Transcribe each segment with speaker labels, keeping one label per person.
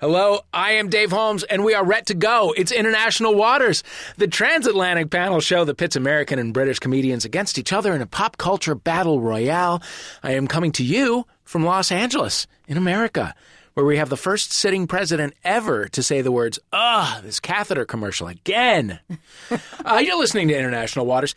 Speaker 1: Hello, I am Dave Holmes, and we are Ret to Go. It's international waters. The transatlantic panel show that pits American and British comedians against each other in a pop culture battle royale. I am coming to you from Los Angeles, in America, where we have the first sitting president ever to say the words, ugh, this catheter commercial again. uh, you're listening to International Waters.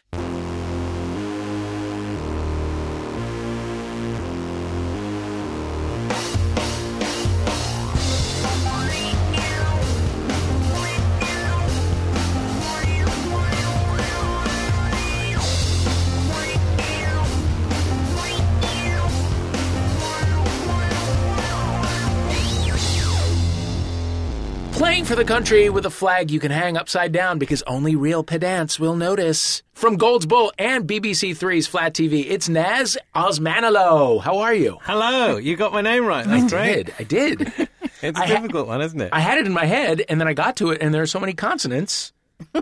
Speaker 1: Playing for the country with a flag you can hang upside down because only real pedants will notice. From Gold's Bull and BBC Three's Flat TV, it's Naz Osmanalo. How are you?
Speaker 2: Hello, you got my name right. That's
Speaker 1: I
Speaker 2: great.
Speaker 1: did. I did.
Speaker 2: It's
Speaker 1: I
Speaker 2: a
Speaker 1: ha-
Speaker 2: difficult one, isn't it?
Speaker 1: I had it in my head, and then I got to it, and there are so many consonants.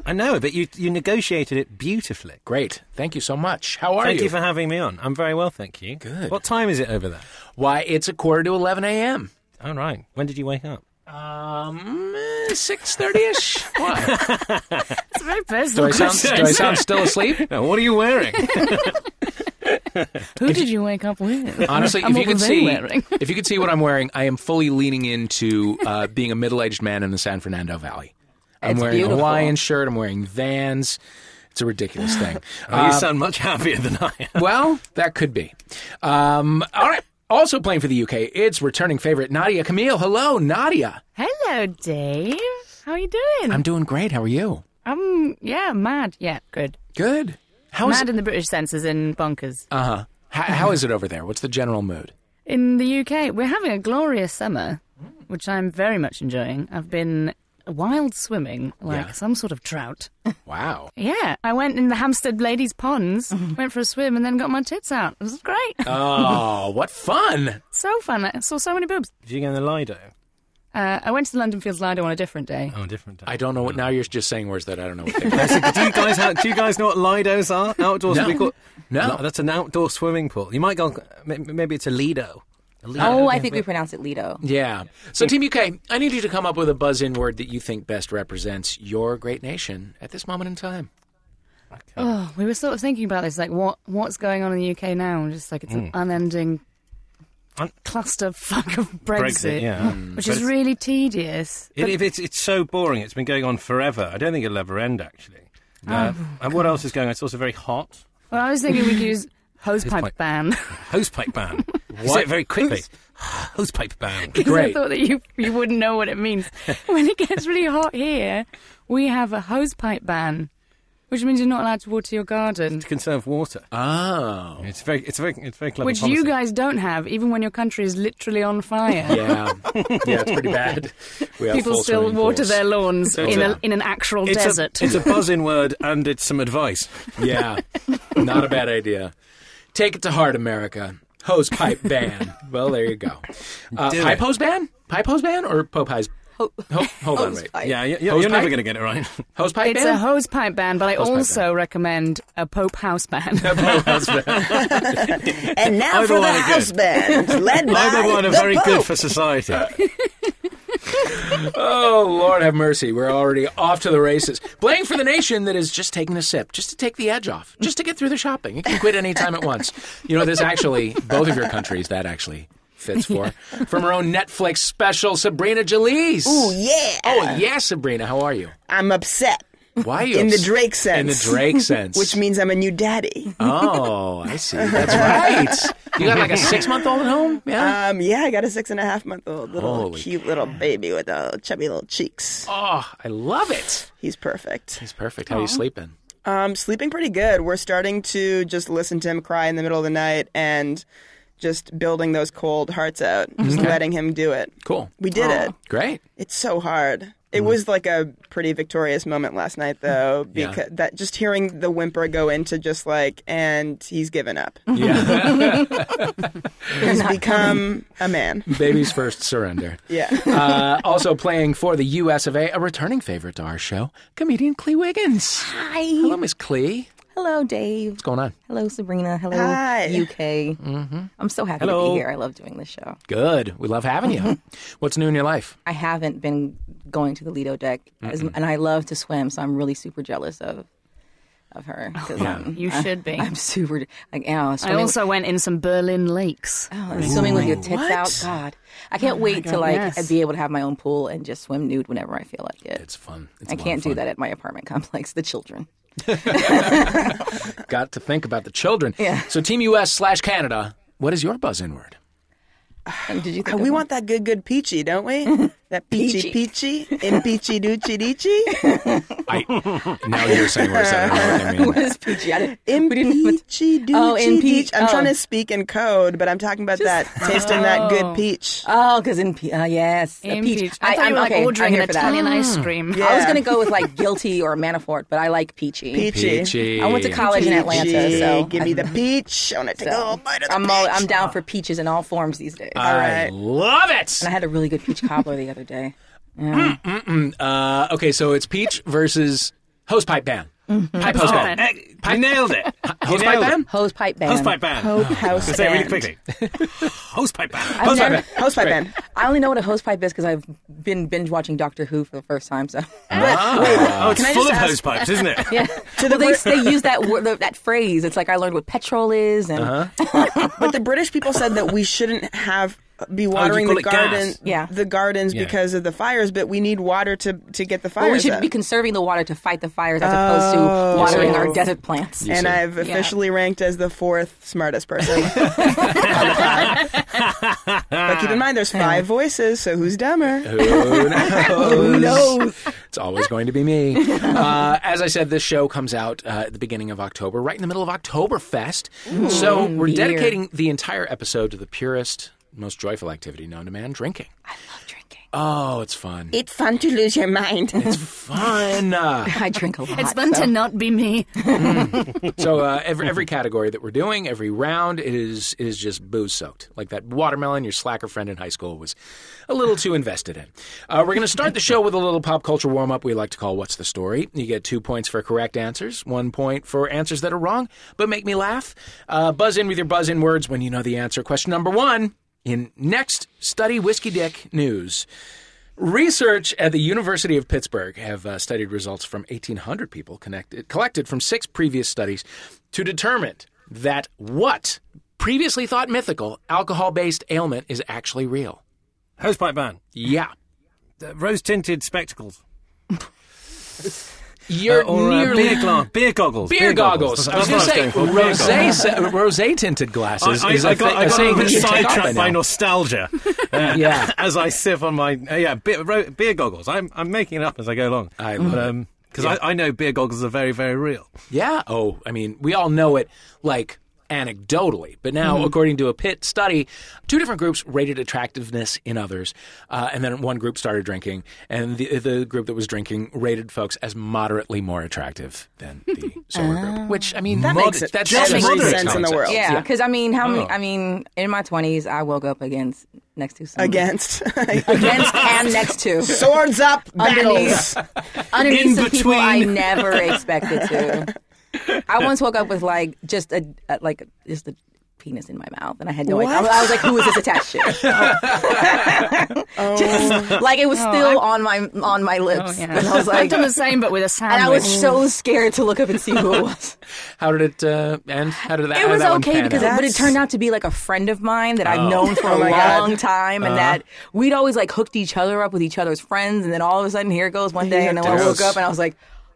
Speaker 2: I know, but you you negotiated it beautifully.
Speaker 1: Great. Thank you so much. How are
Speaker 2: thank you? for having me on. I'm very well, thank you.
Speaker 1: Good.
Speaker 2: What time is it over there?
Speaker 1: Why, it's a quarter to 11 a.m.
Speaker 2: All right. When did you wake up?
Speaker 1: Um,
Speaker 2: eh,
Speaker 1: 6.30ish? What?
Speaker 3: It's a very
Speaker 1: Do
Speaker 3: personal.
Speaker 1: I, sound,
Speaker 3: question.
Speaker 1: do I sound still asleep?
Speaker 2: No, what are you wearing? Oh,
Speaker 3: Who did you wake up with?
Speaker 1: Honestly,
Speaker 3: I'm
Speaker 1: if you
Speaker 3: open
Speaker 1: could
Speaker 3: to
Speaker 1: see,
Speaker 3: wearing.
Speaker 1: if you could see what I'm wearing, I am fully leaning into uh, being a middle-aged man in the San Fernando Valley. I'm
Speaker 3: It's
Speaker 1: wearing a
Speaker 3: beautiful.
Speaker 1: Hawaiian shirt. I'm wearing Vans. It's a ridiculous thing.
Speaker 2: Oh, you
Speaker 1: Uh,
Speaker 2: sound much happier than I am.
Speaker 1: well, that could be. Um, all right. Also playing for the UK, it's returning favorite Nadia Camille. Hello, Nadia.
Speaker 3: Hello, Dave. How are you doing?
Speaker 1: I'm doing great. How are you?
Speaker 3: Um, yeah, mad. Yeah, good.
Speaker 1: Good. How is
Speaker 3: Mad in the British sense, as in bonkers.
Speaker 1: uh huh? how is it over there? What's the general mood?
Speaker 3: In the UK, we're having a glorious summer, which I'm very much enjoying. I've been wild swimming, like
Speaker 1: Yeah.
Speaker 3: some sort of trout.
Speaker 1: Wow.
Speaker 3: yeah, I went in the Hampstead Ladies' Ponds,
Speaker 1: Mm-hmm.
Speaker 3: went for a swim, and then got my tits out. It was great.
Speaker 1: Oh, what fun!
Speaker 3: so fun. I saw so many boobs.
Speaker 2: Did you go in the Lido?
Speaker 3: Uh, I went to the London Fields Lido on a different day.
Speaker 2: Oh, a different time.
Speaker 1: I don't know what. Now you're just saying words that I don't know what they are.
Speaker 2: I said, do you guys have, do you guys know what Lidos are? Outdoors?
Speaker 1: No.
Speaker 2: we call-
Speaker 1: No.
Speaker 2: That's an outdoor swimming pool. You might go. m- Maybe it's a Lido. A Lido.
Speaker 4: Oh, I think we pronounce it Lido.
Speaker 1: Yeah. So, Team UK, I need you to come up with a buzz in word that you think best represents your great nation at this moment in time.
Speaker 3: Oh, we were sort of thinking about this, like what what's going on in the UK now? and Just like it's an unending
Speaker 2: Hmm. Un-
Speaker 3: cluster fuck of Brexit,
Speaker 2: Brexit. Yeah.
Speaker 3: which
Speaker 2: But
Speaker 3: is
Speaker 2: it's-
Speaker 3: really tedious.
Speaker 2: It, if it's it's so boring. It's been going on forever. I don't think it'll ever end. Actually. Uh, and what else is going on? It's also very hot.
Speaker 3: Well, I was thinking we could use hosepipe
Speaker 2: pipe.
Speaker 3: ban.
Speaker 2: Hosepipe ban. what? Say it very quickly. Hosepipe ban.
Speaker 3: 'Cause I
Speaker 1: Great.
Speaker 3: thought that you you wouldn't know what it means. when it gets really hot here, we have a hosepipe ban, which means you're not allowed to water your garden.
Speaker 2: to conserve water.
Speaker 1: Oh.
Speaker 2: It's very, it's very, it's very clever.
Speaker 3: Which
Speaker 2: policy.
Speaker 3: you guys don't have, even when your country is literally on fire.
Speaker 1: Yeah. yeah, it's pretty bad. We have
Speaker 3: People
Speaker 1: full
Speaker 3: still
Speaker 1: swimming
Speaker 3: water
Speaker 1: pools.
Speaker 3: their lawns
Speaker 2: It's
Speaker 3: in,
Speaker 2: a-
Speaker 3: a, in an actual
Speaker 2: It's
Speaker 3: desert.
Speaker 2: A, it's a buzzing word, and it's some advice.
Speaker 1: Yeah. Not a bad idea. Take it to heart, America. Hose pipe ban. well, there you go. Uh,
Speaker 2: Do
Speaker 1: pipe
Speaker 2: it.
Speaker 1: hose ban? Pipe hose ban or pope hose?
Speaker 4: Ho-
Speaker 1: Ho- hold on, wait.
Speaker 4: Hosepipe.
Speaker 2: Yeah, you, you're,
Speaker 1: Hose
Speaker 2: you're never
Speaker 1: pipe?
Speaker 2: going to get it right.
Speaker 1: Hose pipe
Speaker 3: It's
Speaker 1: ban?
Speaker 3: a hose pipe ban, but I
Speaker 1: pipe
Speaker 3: also recommend a Pope House ban.
Speaker 5: And now
Speaker 1: Oh,
Speaker 2: Either
Speaker 5: for
Speaker 2: one
Speaker 5: the
Speaker 2: are good.
Speaker 5: house band, led by
Speaker 2: Neither one are
Speaker 5: the
Speaker 2: very
Speaker 5: Pope.
Speaker 2: good for society.
Speaker 1: Oh, Lord have mercy. We're already off to the races. Playing for the nation that is just taking a sip, just to take the edge off, just to get through the shopping. You can quit any time at once. You know, this actually, both of your countries, that actually fits for. From her own Netflix special, Sabrina Jalise.
Speaker 5: Ooh, yeah.
Speaker 1: Oh, yeah, Sabrina. How are you?
Speaker 5: I'm upset,
Speaker 1: Why are you?
Speaker 5: In the
Speaker 1: obs-
Speaker 5: Drake sense.
Speaker 1: In the Drake sense.
Speaker 5: which means I'm a new daddy.
Speaker 1: Oh, I see. That's right. You got like a six month old at home? Yeah.
Speaker 5: Um, yeah, I got a six and a half month old little
Speaker 1: Holy
Speaker 5: cute little baby with uh, chubby little cheeks.
Speaker 1: Oh, I love it.
Speaker 5: He's perfect.
Speaker 1: It's perfect. How are you sleeping?
Speaker 5: Um, sleeping pretty good. We're starting to just listen to him cry in the middle of the night and just building those cold hearts out,
Speaker 1: Mm-hmm.
Speaker 5: just letting him do it.
Speaker 1: Cool.
Speaker 5: We did it.
Speaker 1: Great.
Speaker 5: It's so hard.
Speaker 4: Mm-hmm.
Speaker 5: It was like a pretty victorious moment last night, though,
Speaker 1: Yeah.
Speaker 5: because that just hearing the whimper go into just like, and he's given up.
Speaker 1: Yeah.
Speaker 5: He's become a man.
Speaker 1: Baby's first surrender.
Speaker 5: Yeah.
Speaker 1: uh, also playing for the U.S. of A, a returning favorite to our show, comedian Clee Wiggins. Hi. Hello, Miss Clee.
Speaker 4: Hello, Dave.
Speaker 1: What's going on?
Speaker 4: Hello, Sabrina. Hello,
Speaker 5: Hi.
Speaker 4: UK.
Speaker 1: Mm-hmm.
Speaker 4: I'm so happy to
Speaker 2: Hello.
Speaker 4: be here. I love doing this show.
Speaker 1: Good. We love having you.
Speaker 4: Mm-hmm.
Speaker 1: What's new in your life?
Speaker 4: I haven't been going to the Lido deck, as, and I love to swim, so I'm really super jealous of of her.
Speaker 5: Oh,
Speaker 4: 'cause I'm,
Speaker 3: You should be.
Speaker 4: I'm super like, ow,
Speaker 3: I
Speaker 4: swimming,
Speaker 3: also went in some Berlin lakes.
Speaker 4: oh, and swimming with your tits out. God, I
Speaker 5: Oh
Speaker 4: can't wait to
Speaker 3: God,
Speaker 4: like
Speaker 3: yes.
Speaker 4: be able to have my own pool and just swim nude whenever I feel like it.
Speaker 1: It's fun. It's
Speaker 4: I
Speaker 1: a lot
Speaker 4: can't
Speaker 1: of fun.
Speaker 4: do that at my apartment complex. The children.
Speaker 1: Got to think about the children. Yeah. So Team US slash Canada, what is your buzz in word?
Speaker 4: Did you? Think
Speaker 5: Oh,
Speaker 4: of
Speaker 5: we
Speaker 4: one?
Speaker 5: want that good, good peachy, don't we? That peachy, peachy, and peachy, doochie, deechy,
Speaker 1: I, now you're saying words that I don't know what they mean.
Speaker 4: It's PG. I didn't-
Speaker 5: and peachy,
Speaker 4: Oh,
Speaker 5: doochie,
Speaker 4: in peach-
Speaker 5: deech. I'm trying
Speaker 4: oh.
Speaker 5: to speak in code, but I'm talking about that tasting that good peach.
Speaker 4: Oh, because in P- uh, yes, a
Speaker 3: In
Speaker 4: peach.
Speaker 3: Peach. I, thought you
Speaker 4: I'm-
Speaker 3: were like
Speaker 4: okay, I'm
Speaker 3: ordering
Speaker 4: here
Speaker 3: an
Speaker 4: for that.
Speaker 3: Italian ice cream.
Speaker 4: I was
Speaker 5: Yeah.
Speaker 4: gonna go with like guilty or Manafort, but I like peachy.
Speaker 5: Peachy.
Speaker 1: Peachy.
Speaker 4: I went to college in Atlanta,
Speaker 5: Peachy.
Speaker 4: so
Speaker 5: give me the peach. I want to take a little bite of the
Speaker 4: I'm
Speaker 5: peach. Uh,
Speaker 4: all, I'm down for peaches in all forms these days.
Speaker 1: I
Speaker 5: right.
Speaker 1: love it.
Speaker 4: I had a really good peach cobbler the other day.
Speaker 1: Uh, okay, so it's Peach versus Hosepipe Band.
Speaker 4: Mm-hmm.
Speaker 1: Pipe Hose
Speaker 3: Hosepipe
Speaker 1: Band.
Speaker 2: Eh, I nailed it. You
Speaker 1: Hosepipe
Speaker 2: nailed it.
Speaker 1: Band?
Speaker 4: Hose pipe band.
Speaker 2: Hosepipe band.
Speaker 5: house
Speaker 2: Say it really
Speaker 5: band.
Speaker 2: quickly. Hosepipe band.
Speaker 4: I've
Speaker 2: Hosepipe
Speaker 4: never-
Speaker 2: band.
Speaker 5: Host pipe band.
Speaker 4: I only know what a hose pipe is because I've been binge watching Doctor Who for the first time. So
Speaker 2: Oh, it's
Speaker 4: I
Speaker 2: full of
Speaker 4: just ask-
Speaker 2: hose pipes, isn't it?
Speaker 4: yeah, well, they, they use that word, that phrase. It's like I learned what petrol is,
Speaker 5: Uh-huh.
Speaker 4: and
Speaker 5: But the British people said that we shouldn't have be watering
Speaker 2: Oh, call
Speaker 5: the
Speaker 2: it gas?
Speaker 5: garden,
Speaker 4: Yeah.
Speaker 5: the gardens
Speaker 2: Yeah.
Speaker 5: because of the fires. But we need water to to get the fires.
Speaker 4: Well, we should
Speaker 5: out.
Speaker 4: be conserving the water to fight the fires as opposed to watering our desert plants.
Speaker 5: and I've officially ranked as the fourth smartest person. on the pod. but keep in mind, there's five voices, so who's dumber?
Speaker 1: Who knows? It's always going to be me. Uh, as I said, this show comes out uh, at the beginning of October, right in the middle of Oktoberfest. so we're
Speaker 4: beer.
Speaker 1: dedicating the entire episode to the purest, most joyful activity known to man drinking.
Speaker 4: I love drinking.
Speaker 1: Oh, it's fun.
Speaker 5: It's fun to lose your mind.
Speaker 1: fun. Uh,
Speaker 4: I drink a lot.
Speaker 3: It's fun
Speaker 4: so-
Speaker 3: to not be me.
Speaker 1: so uh, every, every category that we're doing, every round, it is it is just booze soaked. Like that watermelon your slacker friend in high school was a little too invested in. Uh, we're going to start the show with a little pop culture warm up we like to call "What's the Story." You get two points for correct answers, one point for answers that are wrong but make me laugh. Uh, buzz in with your buzz in words when you know the answer. Question number one. In next study, whiskey dick news. Research at the University of Pittsburgh have uh, studied results from 1,800 people connected, collected from six previous studies to determine that what previously thought mythical alcohol based ailment is actually real.
Speaker 2: Hosepipe band.
Speaker 1: Yeah.
Speaker 2: Rose tinted spectacles.
Speaker 1: You're
Speaker 2: or uh,
Speaker 1: nearly.
Speaker 2: beer, gla- beer goggles.
Speaker 1: Beer goggles. I was
Speaker 2: That's what
Speaker 1: going to say
Speaker 2: going for, beer
Speaker 1: rose,
Speaker 2: goggles.
Speaker 1: rose tinted glasses
Speaker 2: I, I,
Speaker 1: is a
Speaker 2: I got,
Speaker 1: thi- a
Speaker 2: I got a
Speaker 1: saying that
Speaker 2: little bit
Speaker 1: you take off by
Speaker 2: sidetracked by
Speaker 1: now.
Speaker 2: nostalgia. uh,
Speaker 1: Yeah.
Speaker 2: As I sip on my uh, yeah beer, ro- beer goggles. I'm I'm making it up as I go along.
Speaker 1: I love it.
Speaker 2: because I, I know beer goggles are very very real.
Speaker 1: Yeah. Oh, I mean, we all know it like anecdotally, but now,
Speaker 5: Mm-hmm.
Speaker 1: according to a Pitt study, two different groups rated attractiveness in others, uh, and then one group started drinking, and the the group that was drinking rated folks as moderately more attractive than the sober group. Which I mean, that
Speaker 5: makes it-
Speaker 1: that's
Speaker 5: Oh. that
Speaker 1: every
Speaker 5: makes
Speaker 1: moderate
Speaker 5: sense in the
Speaker 1: concept.
Speaker 5: world.
Speaker 4: Yeah, because I mean, how many?
Speaker 2: Oh.
Speaker 4: I mean, in my twenties, I woke up against next to someone.
Speaker 5: Against
Speaker 4: against and next to
Speaker 5: swords up,
Speaker 4: Underneath.
Speaker 5: battles.
Speaker 4: underneath
Speaker 2: In
Speaker 4: some people I
Speaker 2: between.
Speaker 4: never expected to. I once woke up with like just a, a like just a penis in my mouth, and I had no idea.
Speaker 5: What?
Speaker 4: I, was like, "Who is this attached to?" Oh. Just, like it was still on my on my lips,
Speaker 3: Oh, Yeah.
Speaker 4: and I
Speaker 3: I've
Speaker 4: was like,
Speaker 3: done the
Speaker 4: and
Speaker 3: same, but with a sandwich.
Speaker 4: I was so scared to look up and see who it was.
Speaker 1: How did it uh, end? How did that? how
Speaker 4: It
Speaker 1: did
Speaker 4: was
Speaker 1: that one
Speaker 4: okay
Speaker 1: pan
Speaker 4: because
Speaker 1: out? Oh.
Speaker 4: it, but it turned out to be like a friend of mine that I've known for a
Speaker 5: my God.
Speaker 4: long time,
Speaker 1: Uh-huh.
Speaker 4: and that we'd always like hooked each other up with each other's friends, and then all of a sudden here it goes one day, and then I
Speaker 1: Yes.
Speaker 4: woke up and I was like,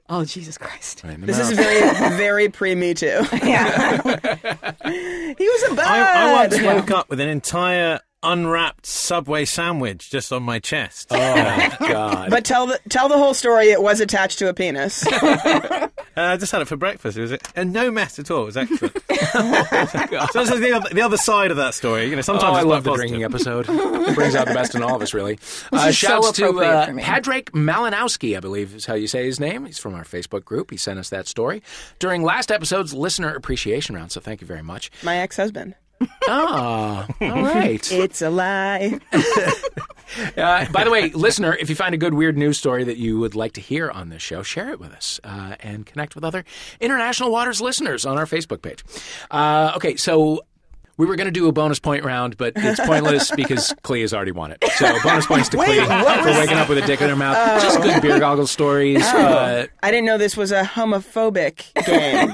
Speaker 4: "Oh Jesus Christ!"
Speaker 1: Right in the
Speaker 5: This is
Speaker 1: mouth.
Speaker 5: very, very pre Me Too.
Speaker 4: Yeah,
Speaker 5: He was
Speaker 1: Ah,
Speaker 5: a
Speaker 2: I,
Speaker 5: bad.
Speaker 2: I once woke up with an entire unwrapped Subway sandwich just on my chest.
Speaker 1: oh god.
Speaker 5: but tell the tell the whole story. It was attached to a penis.
Speaker 2: Uh, I just had it for breakfast. It was and Uh, no mess at all. It was excellent. so this is the other, the other side of that story. You know, sometimes
Speaker 1: oh,
Speaker 2: it's
Speaker 1: I love
Speaker 2: quite
Speaker 1: the
Speaker 2: positive.
Speaker 1: drinking episode. brings out the best in all of us, really. Uh,
Speaker 4: is so
Speaker 1: shouts to
Speaker 4: appropriate
Speaker 1: uh,
Speaker 4: for me.
Speaker 1: Padraig Malinowski, I believe is how you say his name. He's from our Facebook group. He sent us that story during last episode's listener appreciation round, so thank you very much.
Speaker 5: My ex husband.
Speaker 1: Ah, all right.
Speaker 5: It's a lie.
Speaker 1: Uh, by the way, listener, if you find a good weird news story that you would like to hear on this show, share it with us uh, and connect with other International Waters listeners on our Facebook page. Uh, okay, so we were going to do a bonus point round, but it's pointless because Clea's already won it. So bonus points to Clea for waking up with a dick in her mouth. Just good beer goggle stories.
Speaker 5: Oh.
Speaker 1: Uh,
Speaker 5: I didn't know this was a homophobic game.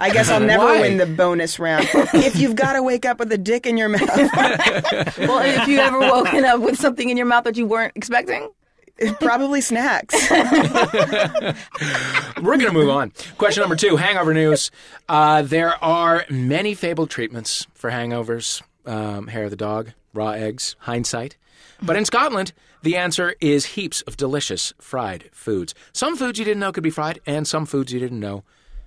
Speaker 5: I guess I'll never
Speaker 1: Why?
Speaker 5: win the bonus round. If you've got to wake up with a dick in your mouth,
Speaker 4: Well, if you ever woken up with something in your mouth that you weren't expecting,
Speaker 5: probably snacks.
Speaker 1: We're going to move on. Question number two hangover news. Uh, there are many fabled treatments for hangovers um, hair of the dog, raw eggs, hindsight. But in Scotland, the answer is heaps of delicious fried foods. Some foods you didn't know could be fried, and some foods you didn't know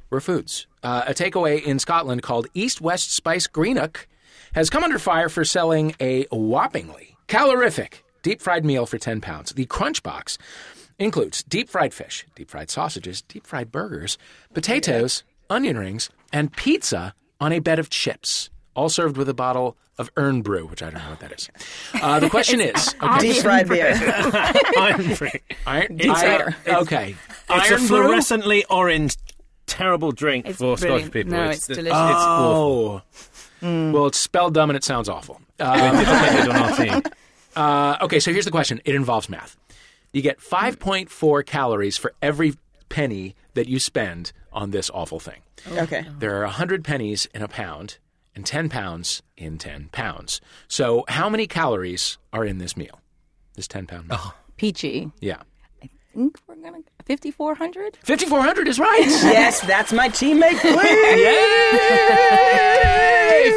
Speaker 1: were foods. Uh, a takeaway in Scotland called East West Spice Greenock has come under fire for selling a whoppingly calorific deep fried meal for £10. pounds. The Crunch Box includes deep fried fish, deep fried sausages, deep fried burgers, potatoes, onion rings, and pizza on a bed of chips, all served with a bottle of Urn Brew, which I don't know what that is. Uh, the question is okay,
Speaker 5: Deep fried beer.
Speaker 2: I'm free.
Speaker 1: iron,
Speaker 4: fried.
Speaker 1: iron- okay.
Speaker 2: It's a
Speaker 1: Iron Brew?
Speaker 2: fluorescently orange, terrible drink
Speaker 3: It's
Speaker 2: for Scottish
Speaker 3: brilliant.
Speaker 2: people.
Speaker 3: No, it's delicious.
Speaker 2: awful.
Speaker 1: Oh. Well, it's spelled dumb and it sounds awful. Uh,
Speaker 2: It's on our team.
Speaker 1: Uh, okay, so here's the question. It involves math. You get 5.4 calories for every penny that you spend on this awful thing.
Speaker 5: Okay.
Speaker 1: There are 100 pennies in a pound and 10 pounds in 10 pounds. So, how many calories are in this meal? This 10 pound meal?
Speaker 4: peachy.
Speaker 1: Yeah.
Speaker 4: I think Mm, we're gonna fifty four hundred.
Speaker 1: 5,400 is right.
Speaker 5: Yes, that's my teammate, please.
Speaker 1: Yay!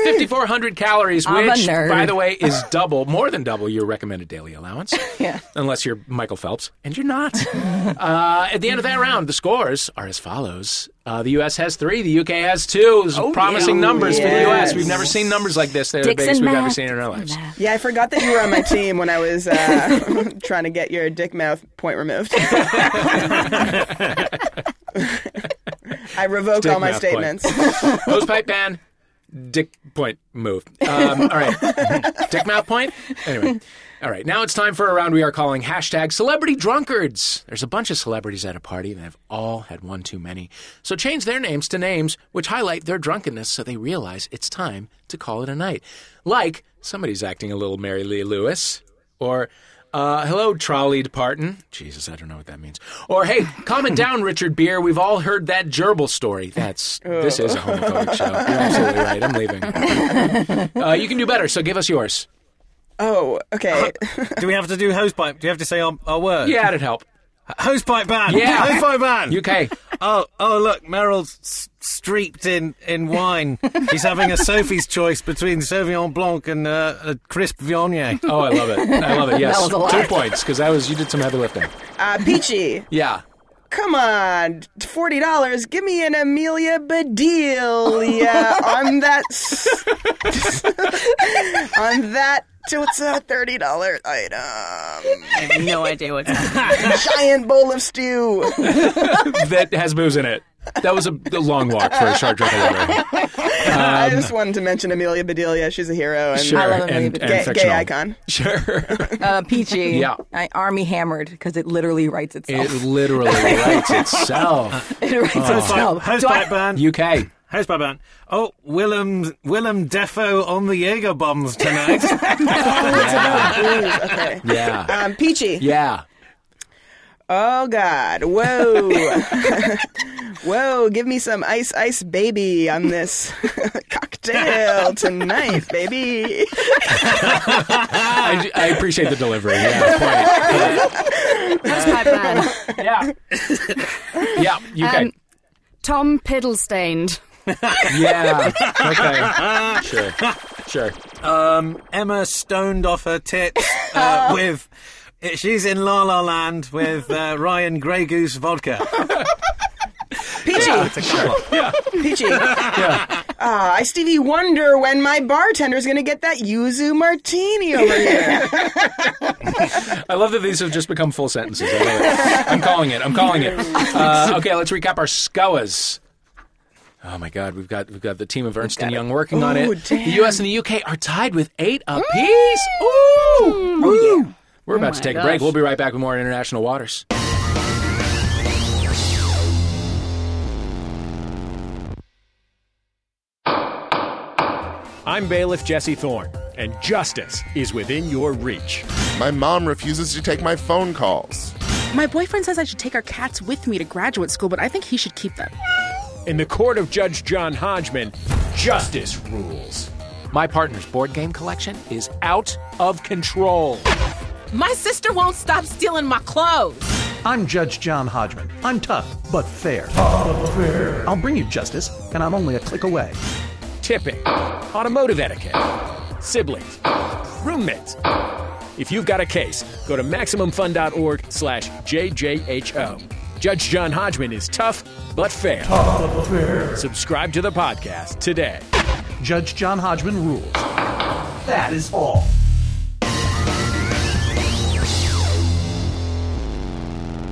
Speaker 1: 5,400 calories,
Speaker 4: I'm a
Speaker 1: which,
Speaker 4: nerd.
Speaker 1: by the way, is double, more than double your recommended daily allowance. yeah. Unless you're Michael Phelps, and you're not. uh, at the end of that round, the scores are as follows. Uh, the U.S. has three. The U.K. has two. Those are
Speaker 4: Oh,
Speaker 1: promising numbers for the U.S.
Speaker 5: yes.
Speaker 1: We've never seen numbers like this. They're the
Speaker 4: Dixon
Speaker 1: biggest we've ever
Speaker 4: math,
Speaker 1: seen in our lives.
Speaker 4: Dixon
Speaker 5: Yeah, I forgot that you were on my team when I was uh, trying to get your dick mouth point removed. I revoke
Speaker 1: Dick
Speaker 5: all my
Speaker 1: mouth point.
Speaker 5: statements.
Speaker 1: Hose pipe ban. Dick point move. Um, all right. Dick mouth point. Anyway. All right. Now it's time for a round we are calling hashtag celebrity drunkards. There's a bunch of celebrities at a party that have all had one too many. So change their names to names which highlight their drunkenness so they realize it's time to call it a night. Like somebody's acting a little Mary Lee Lewis or. Uh, hello, trolleyed Parton. Jesus, I don't know what that means. Or hey, calm it down, Richard Beer. We've all heard that gerbil story. That's this is a homophobic show. You're absolutely right. I'm leaving. Uh, you can do better. So give us yours.
Speaker 5: Oh, okay.
Speaker 2: Do we have to do hosepipe? Do you have to say our, our word?
Speaker 1: Yeah, it'd help.
Speaker 2: Hosepipe ban.
Speaker 1: Yeah.
Speaker 2: Hosepipe ban.
Speaker 1: UK.
Speaker 2: Oh, oh, look, Meryl's s- streaked in, in wine. He's having a Sophie's choice between Sauvignon Blanc and uh, a crisp Viognier.
Speaker 1: Oh, I love it. I love it. Yes,
Speaker 4: That was a lot.
Speaker 1: two points because that was you did some heavy lifting.
Speaker 5: Uh, Peachy,
Speaker 1: Yeah.
Speaker 5: come on. $40. Give me an Amelia Bedelia on that. s- on that. So it's a $30 item.
Speaker 3: I have no idea what's happening.
Speaker 5: Giant bowl of stew.
Speaker 1: That has booze in it. That was a, a long walk for a short drink of water.
Speaker 5: I just wanted to mention Amelia Bedelia. She's a hero and
Speaker 1: Um, Sure.
Speaker 4: love Amelia
Speaker 1: and, and
Speaker 4: Bedelia.
Speaker 5: gay, gay
Speaker 1: fictional.
Speaker 5: icon.
Speaker 1: Sure.
Speaker 4: Uh, peachy.
Speaker 1: Yeah.
Speaker 4: I army hammered because it literally writes
Speaker 1: It
Speaker 4: itself.
Speaker 1: literally writes itself.
Speaker 4: It, writes
Speaker 1: Oh.
Speaker 2: Hosepipe,
Speaker 4: itself. Do I-
Speaker 2: hosepipe ban.
Speaker 1: UK.
Speaker 2: Hosepipe ban. Oh, Willem, Willem Defo on the Jaeger bombs tonight.
Speaker 1: Yeah.
Speaker 5: okay.
Speaker 1: Yeah.
Speaker 5: Um, Peachy.
Speaker 1: Yeah.
Speaker 5: Oh God! Whoa, whoa! Give me some ice, ice, baby, on this cocktail tonight, baby.
Speaker 1: I, I appreciate the delivery. Yeah. point.
Speaker 3: Hosepipe ban.
Speaker 1: Yeah. Yeah. UK.
Speaker 3: Um, Tom Piddlestained.
Speaker 1: yeah. Okay. Sure. Sure.
Speaker 2: um, Emma stoned off her tits uh, with. She's in La La Land with uh, Ryan Grey Goose vodka.
Speaker 5: Peachy,
Speaker 1: Yeah.
Speaker 5: peachy. Ah, I Stevie Wonder when my bartender's gonna get that yuzu martini over here.
Speaker 1: I love that these have just become full sentences. I love it. I'm calling it. I'm calling it. Uh, okay, let's recap our SCOAs. Oh my God, we've got we've got the team of Ernst and Young
Speaker 4: it.
Speaker 1: working on
Speaker 5: Ooh,
Speaker 1: it. The
Speaker 5: damn.
Speaker 1: U.S. and the U.K. are tied with eight apiece. Ooh, Woo. We're about to
Speaker 3: my
Speaker 1: take a break.
Speaker 3: gosh.
Speaker 1: We'll be right back with more international waters.
Speaker 6: I'm bailiff Jesse Thorne, and justice is within your reach.
Speaker 7: My mom refuses to take my phone calls.
Speaker 8: My boyfriend says I should take our cats with me to graduate school, but I think he should keep them.
Speaker 6: In the court of Judge John Hodgman, justice rules.
Speaker 1: My partner's board game collection is out of control.
Speaker 8: My sister won't stop stealing my clothes.
Speaker 9: I'm Judge John Hodgman. I'm tough, but fair. I'll bring you justice, and I'm only a click away.
Speaker 6: Tipping, automotive etiquette, siblings, roommates. If you've got a case, go to MaximumFun.org slash JJHO. Judge John Hodgman is tough, but fair. Subscribe to the podcast today.
Speaker 9: Judge John Hodgman rules. That is all.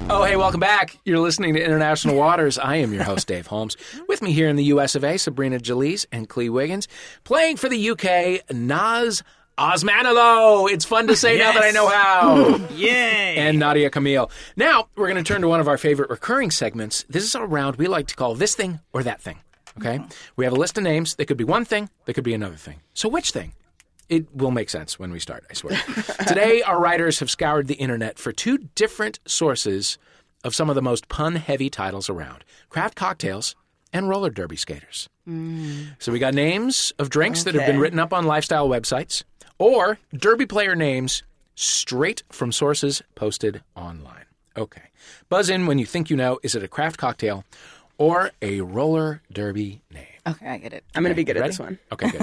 Speaker 1: Oh, hey, welcome back. You're listening to International Waters. I am your host, Dave Holmes. With me here in the U.S. of A., Sabrina Jalise and Clee Wiggins. Playing for the U.K., Nas Osmanalo. It's fun to say now that I know how.
Speaker 2: Yay!
Speaker 1: and Nadia Camille. Now, we're going to turn to one of our favorite recurring segments. This is a round we like to call this thing or that thing. Okay? We have a list of names. They could be one thing, they could be another thing. So, which thing? It will make sense when we start, I swear. Today, our writers have scoured the internet for two different sources of some of the most pun heavy titles around craft cocktails and roller derby skaters. So, we got names of drinks that have been
Speaker 5: Okay.
Speaker 1: written up on lifestyle websites or derby player names straight from sources posted online. Okay. Buzz in when you think you know is it a craft cocktail or a roller derby name?
Speaker 4: Okay, I get it.
Speaker 5: I'm going to be good
Speaker 1: Ready?
Speaker 5: at this one.
Speaker 1: Okay, good.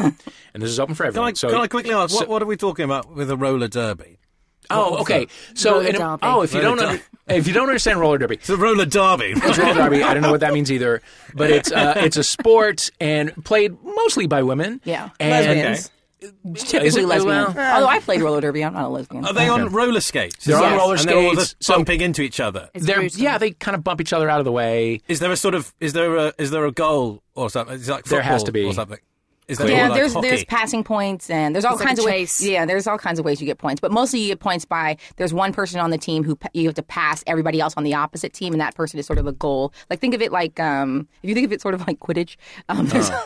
Speaker 1: and this is open for
Speaker 2: Can
Speaker 1: everyone.
Speaker 2: I,
Speaker 1: so,
Speaker 2: can I quickly ask, what, what are we talking about with a roller derby?
Speaker 1: oh, okay. So,
Speaker 3: Roller
Speaker 1: and-
Speaker 3: derby.
Speaker 1: oh, if you
Speaker 2: Roller
Speaker 1: don't un- if you don't understand roller derby,
Speaker 2: It's a roller derby.
Speaker 1: it's roller derby. I don't know what that means either, but it's uh, it's a sport and played mostly by women.
Speaker 4: Yeah.
Speaker 1: and
Speaker 5: Lesbians.
Speaker 1: Yeah, is
Speaker 4: Typically
Speaker 1: it
Speaker 4: lesbian.
Speaker 1: well,
Speaker 3: Oh.
Speaker 4: Although oh, I played roller derby, I'm not a lesbian.
Speaker 1: Oh,
Speaker 2: Are they on roller skates?
Speaker 1: They're on
Speaker 2: Yes.
Speaker 1: roller
Speaker 2: and They're all
Speaker 1: skates,
Speaker 2: just
Speaker 1: so-
Speaker 2: bumping into each other.
Speaker 3: It's
Speaker 1: they're,
Speaker 3: brutal.
Speaker 1: yeah, they kind of bump each other out of the way.
Speaker 2: Is there a sort of is there a is there a goal or something? It's like
Speaker 1: There has
Speaker 2: football
Speaker 1: to be.
Speaker 2: or something. Is there
Speaker 4: Yeah,
Speaker 2: like
Speaker 4: there's
Speaker 2: hockey?
Speaker 4: there's passing points and there's all
Speaker 3: It's like
Speaker 4: kinds
Speaker 3: a
Speaker 4: of
Speaker 3: chase.
Speaker 4: ways. Yeah, there's all kinds of ways you get points, but mostly you get points by there's one person on the team who pa- you have to pass everybody else on the opposite team, and that person is sort of the goal. Like think of it like um, if you think of it sort of like Quidditch, um, there's-
Speaker 1: Uh.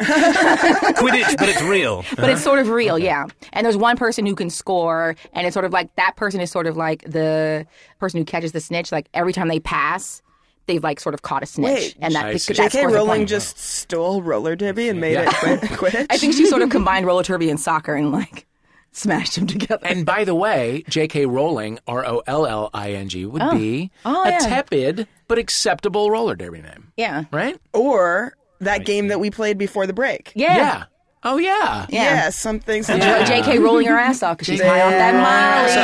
Speaker 2: Quidditch, but it's real.
Speaker 4: but it's sort of real, yeah. And there's one person who can score, and it's sort of like that person is sort of like the person who catches the snitch. Like every time they pass, they've like sort of caught a snitch,
Speaker 5: Wait,
Speaker 4: and that,
Speaker 1: I see.
Speaker 4: that scores
Speaker 5: J.K.
Speaker 4: a
Speaker 5: Rowling
Speaker 4: point.
Speaker 5: just stole roller derby and made it quit. quit.
Speaker 4: I think she sort of combined roller derby and soccer and like smashed them together.
Speaker 1: And by the way, J.K. Rowling, R O L L I N G, would be
Speaker 4: Oh,
Speaker 1: a
Speaker 4: yeah.
Speaker 1: tepid but acceptable roller derby name.
Speaker 4: yeah.
Speaker 1: Right?
Speaker 5: or that game that we played before the break.
Speaker 4: Yeah.
Speaker 1: Oh, yeah.
Speaker 5: Yeah,
Speaker 4: Yeah.
Speaker 5: something.
Speaker 4: J- JK rolling her ass off because she's high off that
Speaker 1: So,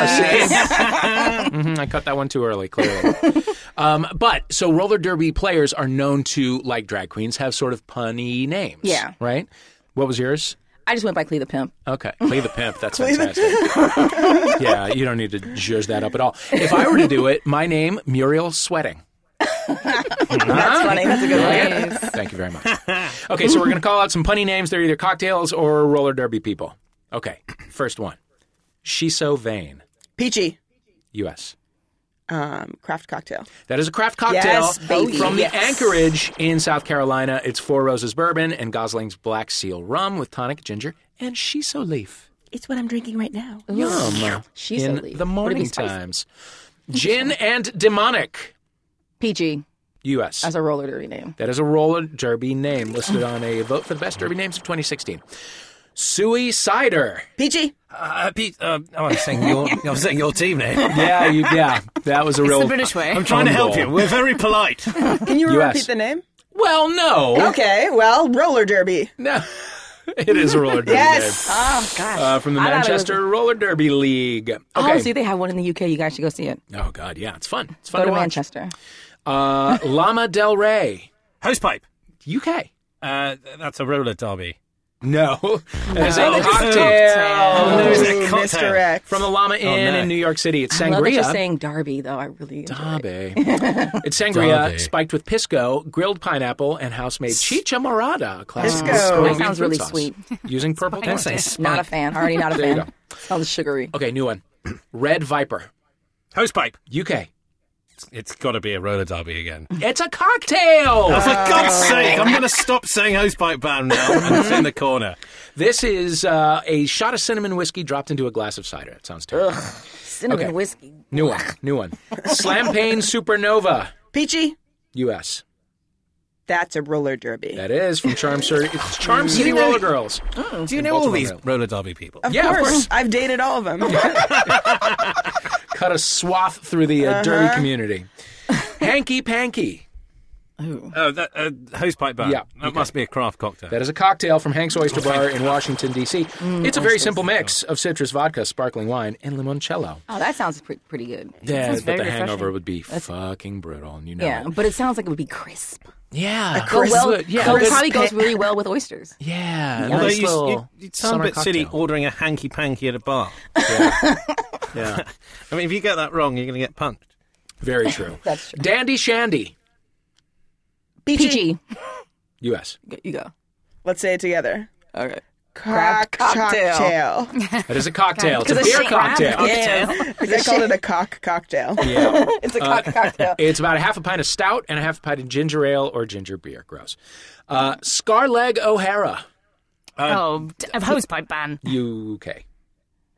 Speaker 4: Molly.
Speaker 1: see? Mhm, I cut that one too early, clearly. um, but so roller derby players are known to, like drag queens, have sort of punny names.
Speaker 4: Yeah.
Speaker 1: Right? What was yours?
Speaker 4: I just went by Clee the Pimp.
Speaker 1: Okay. Play the pimp. That's fantastic. yeah, you don't need to judge that up at all. If I were to do it, my name, Muriel Sweating.
Speaker 4: That's funny. That's a good one.
Speaker 1: Thank you very much. Okay, so we're going to call out some punny names. They're either cocktails or roller derby people. Okay, first one. She's so vain.
Speaker 5: Peachy.
Speaker 1: U.S.
Speaker 5: Um, craft cocktail.
Speaker 1: That is a craft cocktail
Speaker 5: Yes, baby,
Speaker 1: from the
Speaker 5: yes.
Speaker 1: Anchorage in South Carolina. It's Four Roses Bourbon and Gosling's Black Seal Rum with tonic ginger and shiso leaf.
Speaker 5: It's what I'm drinking right now.
Speaker 1: Yum.
Speaker 4: Shiso
Speaker 1: in
Speaker 4: leaf.
Speaker 1: the
Speaker 4: Would it be
Speaker 1: morning
Speaker 4: spicy?
Speaker 1: times. Gin and demonic.
Speaker 4: PG
Speaker 1: U.S.
Speaker 4: as a roller derby name.
Speaker 1: That is a roller derby name listed on a vote for the best derby names of 2016. Suey Cider.
Speaker 5: Peachy.
Speaker 2: Uh, Pete, uh, oh, I'm saying your I'm saying your team name.
Speaker 1: Yeah, you, yeah, that was a real.
Speaker 3: the British way.
Speaker 2: I'm trying to help you. We're very polite.
Speaker 5: Can you
Speaker 1: US.
Speaker 5: repeat the name?
Speaker 1: Well, no,
Speaker 5: Okay. Well, roller derby.
Speaker 1: no, it is a roller derby.
Speaker 5: Yes.
Speaker 1: name.
Speaker 4: Oh gosh.
Speaker 1: Uh, from the
Speaker 4: I thought it was-
Speaker 1: Manchester Roller Derby League. Okay.
Speaker 4: Oh, see, they have one in the UK. You guys should go see it.
Speaker 1: Oh, God, yeah, it's fun. It's fun
Speaker 4: Go
Speaker 1: to
Speaker 4: to
Speaker 1: watch.
Speaker 4: Manchester.
Speaker 1: Uh, Lama Del Rey,
Speaker 2: Hosepipe.
Speaker 1: UK.
Speaker 2: Uh, that's a roller derby.
Speaker 1: No. There's
Speaker 4: Oh,
Speaker 1: a
Speaker 2: it's a
Speaker 1: cocktail.
Speaker 3: Oh.
Speaker 2: cocktail.
Speaker 1: There's a
Speaker 2: Ooh,
Speaker 1: cocktail
Speaker 5: Mr. X.
Speaker 1: From the Llama Inn
Speaker 2: no.
Speaker 1: in New York City. It's
Speaker 4: I love that
Speaker 1: sangria.
Speaker 4: you're saying Darby, though. I really enjoy it.
Speaker 1: Dabe. it's sangria
Speaker 2: Dabe.
Speaker 1: spiked with pisco, grilled pineapple, and house-made chicha morada. a classic
Speaker 5: Pisco.
Speaker 1: Peruvian
Speaker 5: That
Speaker 4: sounds
Speaker 1: fruit
Speaker 4: really
Speaker 1: sauce,
Speaker 4: sweet.
Speaker 1: Using purple
Speaker 2: Don't
Speaker 1: turmeric.
Speaker 2: say
Speaker 4: Not a
Speaker 2: spike.
Speaker 4: fan. Already not a fan. Sounds sugary.
Speaker 1: Okay, new one. Red Viper,
Speaker 2: Hosepipe.
Speaker 1: UK.
Speaker 2: It's got to be a roller derby again. Oh,
Speaker 1: It's a cocktail.
Speaker 2: For God's sake, I'm going to stop saying hosepipe ban now. And it's in the corner.
Speaker 1: This is uh, a shot of cinnamon whiskey dropped into a glass of cider. That sounds terrible.
Speaker 4: Cinnamon
Speaker 1: Okay.
Speaker 4: whiskey.
Speaker 1: New one. New one. Slampagne Supernova,
Speaker 5: Peachy,
Speaker 1: US.
Speaker 5: that's a roller derby.
Speaker 1: That is from Charm City. It's Charm City Roller Girls.
Speaker 2: Do you know all
Speaker 1: Baltimore
Speaker 2: these
Speaker 1: Road.
Speaker 2: roller derby people?
Speaker 5: of,
Speaker 1: yeah, of
Speaker 5: course.
Speaker 1: course.
Speaker 5: I've dated all of them.
Speaker 1: Cut a swath through the uh, derby community. Hanky Panky.
Speaker 2: Oh, that uh, hosepipe ban.
Speaker 1: Yeah,
Speaker 2: that must be a craft cocktail.
Speaker 1: That is a cocktail from Hank's Oyster Bar in Washington, D.C. it's a very simple mix of citrus vodka, sparkling wine, and limoncello.
Speaker 4: Oh, that sounds pretty, pretty good.
Speaker 1: Yeah, but
Speaker 3: very
Speaker 1: the
Speaker 3: refreshing.
Speaker 1: hangover would be fucking brutal, and you know.
Speaker 4: Yeah,
Speaker 1: it.
Speaker 4: but it sounds like it would be crisp.
Speaker 1: Yeah.
Speaker 4: Go well,
Speaker 1: yeah,
Speaker 4: go-
Speaker 1: that's-
Speaker 4: probably goes really well with oysters.
Speaker 1: yeah.
Speaker 2: Although
Speaker 1: nice
Speaker 2: you,
Speaker 1: little
Speaker 2: you, you sound a
Speaker 1: summer
Speaker 2: bit silly
Speaker 1: cocktail.
Speaker 2: ordering a hanky panky at a bar.
Speaker 1: Yeah.
Speaker 2: I mean, if you get that wrong, you're going to get punched.
Speaker 1: Very true.
Speaker 4: That's true.
Speaker 1: Dandy Shandy,
Speaker 4: Peachy.
Speaker 1: U.S.
Speaker 4: You go.
Speaker 5: Let's say it together.
Speaker 4: Okay.
Speaker 5: Cock
Speaker 4: Craft cocktail.
Speaker 5: cocktail.
Speaker 1: That is a cocktail. It's a
Speaker 4: Because
Speaker 1: beer
Speaker 4: it's Saint
Speaker 1: cocktail.
Speaker 4: Rabbit.
Speaker 5: I called it a cock cocktail.
Speaker 1: Yeah.
Speaker 4: It's a cock cocktail.
Speaker 1: It's about a half a pint of stout and a half a pint of ginger ale or ginger beer. Gross. Uh, Scarleg O'Hara,
Speaker 3: oh, d- a hosepipe ban.
Speaker 1: UK.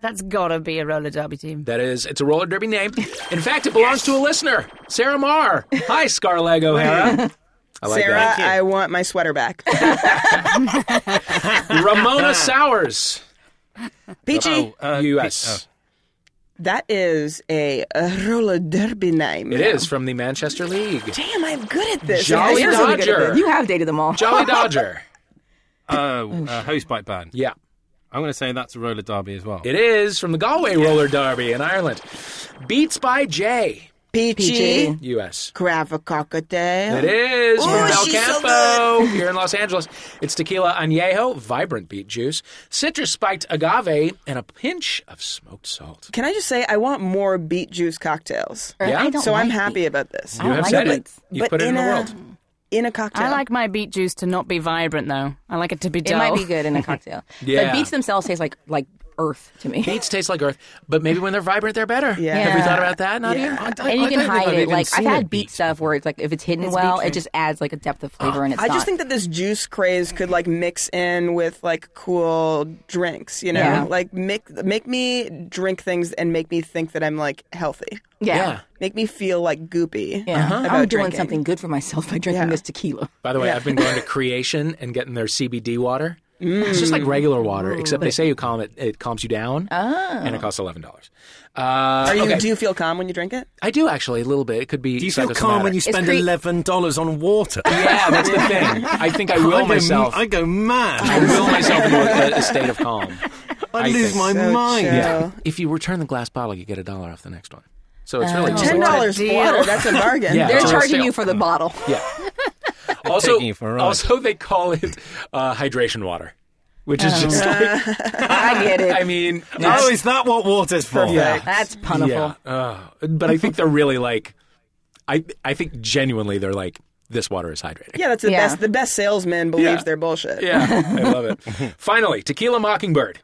Speaker 3: That's gotta be a roller derby team.
Speaker 1: That is, it's a roller derby name. In fact, it belongs to a listener, Sarah Marr. Hi, Scarleg O'Hara. I like
Speaker 5: Sarah,
Speaker 1: that.
Speaker 5: I want my sweater back.
Speaker 1: Ramona Sowers,
Speaker 5: Peachy,
Speaker 2: uh,
Speaker 1: U.S.
Speaker 5: that is a, a roller derby name.
Speaker 1: It is from the Manchester League.
Speaker 5: Oh. Damn, I'm good at this.
Speaker 1: Jolly
Speaker 5: Yes,
Speaker 4: Oh, Really good at
Speaker 1: Dodger.
Speaker 4: it. You have dated them all.
Speaker 1: Jolly Dodger.
Speaker 2: Oh, uh, hosepipe ban.
Speaker 1: Yeah.
Speaker 2: I'm going to say that's a roller derby as well.
Speaker 1: It is from the Galway Roller Derby in Ireland. Beats by Jay,
Speaker 5: Peachy,
Speaker 4: Peachy.
Speaker 1: U.S.
Speaker 5: grab a cocktail.
Speaker 1: It is from
Speaker 5: Ooh,
Speaker 1: Belcampo
Speaker 5: she's so
Speaker 1: here in Los Angeles. It's tequila añejo, vibrant beet juice, citrus spiked agave, and a pinch of smoked salt.
Speaker 5: Can I just say I want more beet juice cocktails?
Speaker 4: Or
Speaker 1: Yeah.
Speaker 4: I don't
Speaker 5: So I'm
Speaker 4: like
Speaker 5: happy
Speaker 4: these.
Speaker 5: about this.
Speaker 1: You
Speaker 4: don't
Speaker 1: have
Speaker 4: like
Speaker 1: said
Speaker 4: it.
Speaker 1: it. You have
Speaker 5: But
Speaker 1: put it in the
Speaker 5: in a-
Speaker 1: world.
Speaker 5: In a cocktail.
Speaker 3: I like my beet juice to not be vibrant though. I like it to be
Speaker 4: It
Speaker 3: dull.
Speaker 4: might be good in a cocktail.
Speaker 1: Yeah.
Speaker 4: But beets themselves taste like like earth to me.
Speaker 1: Beets taste like earth, but maybe when they're vibrant, they're better.
Speaker 5: Yeah.
Speaker 1: Have we thought about that, Nadia?
Speaker 2: I don't-
Speaker 4: and you
Speaker 2: I
Speaker 4: can
Speaker 2: don't think
Speaker 4: hide
Speaker 2: I've
Speaker 4: it.
Speaker 2: even
Speaker 4: Like I've
Speaker 2: seen a
Speaker 4: had beet
Speaker 2: beat.
Speaker 4: stuff where it's like if it's hidden
Speaker 3: It's
Speaker 4: well,
Speaker 3: beet
Speaker 4: it just adds like a depth of flavor, and it's
Speaker 5: I
Speaker 4: not.
Speaker 5: just think that this juice craze could like mix in with like cool drinks, you know?
Speaker 4: Yeah.
Speaker 5: Like make make me drink things and make me think that I'm like healthy.
Speaker 4: yeah.
Speaker 1: Yeah. Uh-huh.
Speaker 4: yeah.
Speaker 5: Make me feel like goopy.
Speaker 4: I'm
Speaker 5: about
Speaker 4: doing
Speaker 5: drinking.
Speaker 4: something good for myself by drinking
Speaker 5: Yeah.
Speaker 4: this tequila.
Speaker 1: By the way, I've been going to Creation and getting their CBD water. It's just
Speaker 5: Mm.
Speaker 1: like regular water, except they say you calm it, it calms you down, and it costs eleven dollars. Uh,
Speaker 5: Oh. Are you
Speaker 1: okay.
Speaker 5: do you feel calm when you drink it?
Speaker 1: I do actually a little bit. It could be.
Speaker 2: Do you feel calm when you spend
Speaker 4: cre-
Speaker 2: eleven dollars on water?
Speaker 1: Yeah, that's the thing. I think I will
Speaker 2: I go,
Speaker 1: myself.
Speaker 2: I go mad.
Speaker 1: I will myself into a, a state of calm.
Speaker 2: I,
Speaker 1: I
Speaker 2: lose
Speaker 1: think
Speaker 2: my
Speaker 5: So
Speaker 2: mind.
Speaker 5: chill.
Speaker 1: If you return the glass bottle, you get a dollar off the next one. So it's
Speaker 4: Oh,
Speaker 1: really
Speaker 5: Uh, Ten dollars
Speaker 3: Deal.
Speaker 5: water, that's a bargain.
Speaker 1: Yeah.
Speaker 4: They're
Speaker 1: So it's
Speaker 4: charging
Speaker 1: still-
Speaker 4: you for the bottle.
Speaker 1: Yeah. also,
Speaker 2: taking you for a ride.
Speaker 1: also they call it uh, hydration water, which is just. Like,
Speaker 4: I get it.
Speaker 1: I mean,
Speaker 2: Oh,
Speaker 1: it's-
Speaker 2: is that what water's for?
Speaker 1: yeah,
Speaker 4: That's punniful.
Speaker 1: yeah. uh, but I think they're really like, I I think genuinely they're like this water is hydrating.
Speaker 5: Yeah, that's the
Speaker 4: Yeah.
Speaker 5: best. The best salesman believes
Speaker 1: Yeah.
Speaker 5: their bullshit.
Speaker 1: Yeah, I love it. Finally, tequila mockingbird.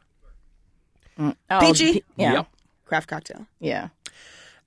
Speaker 4: Oh,
Speaker 5: Peachy?
Speaker 4: pe- yeah.
Speaker 1: Yep.
Speaker 5: Craft cocktail.
Speaker 4: Yeah.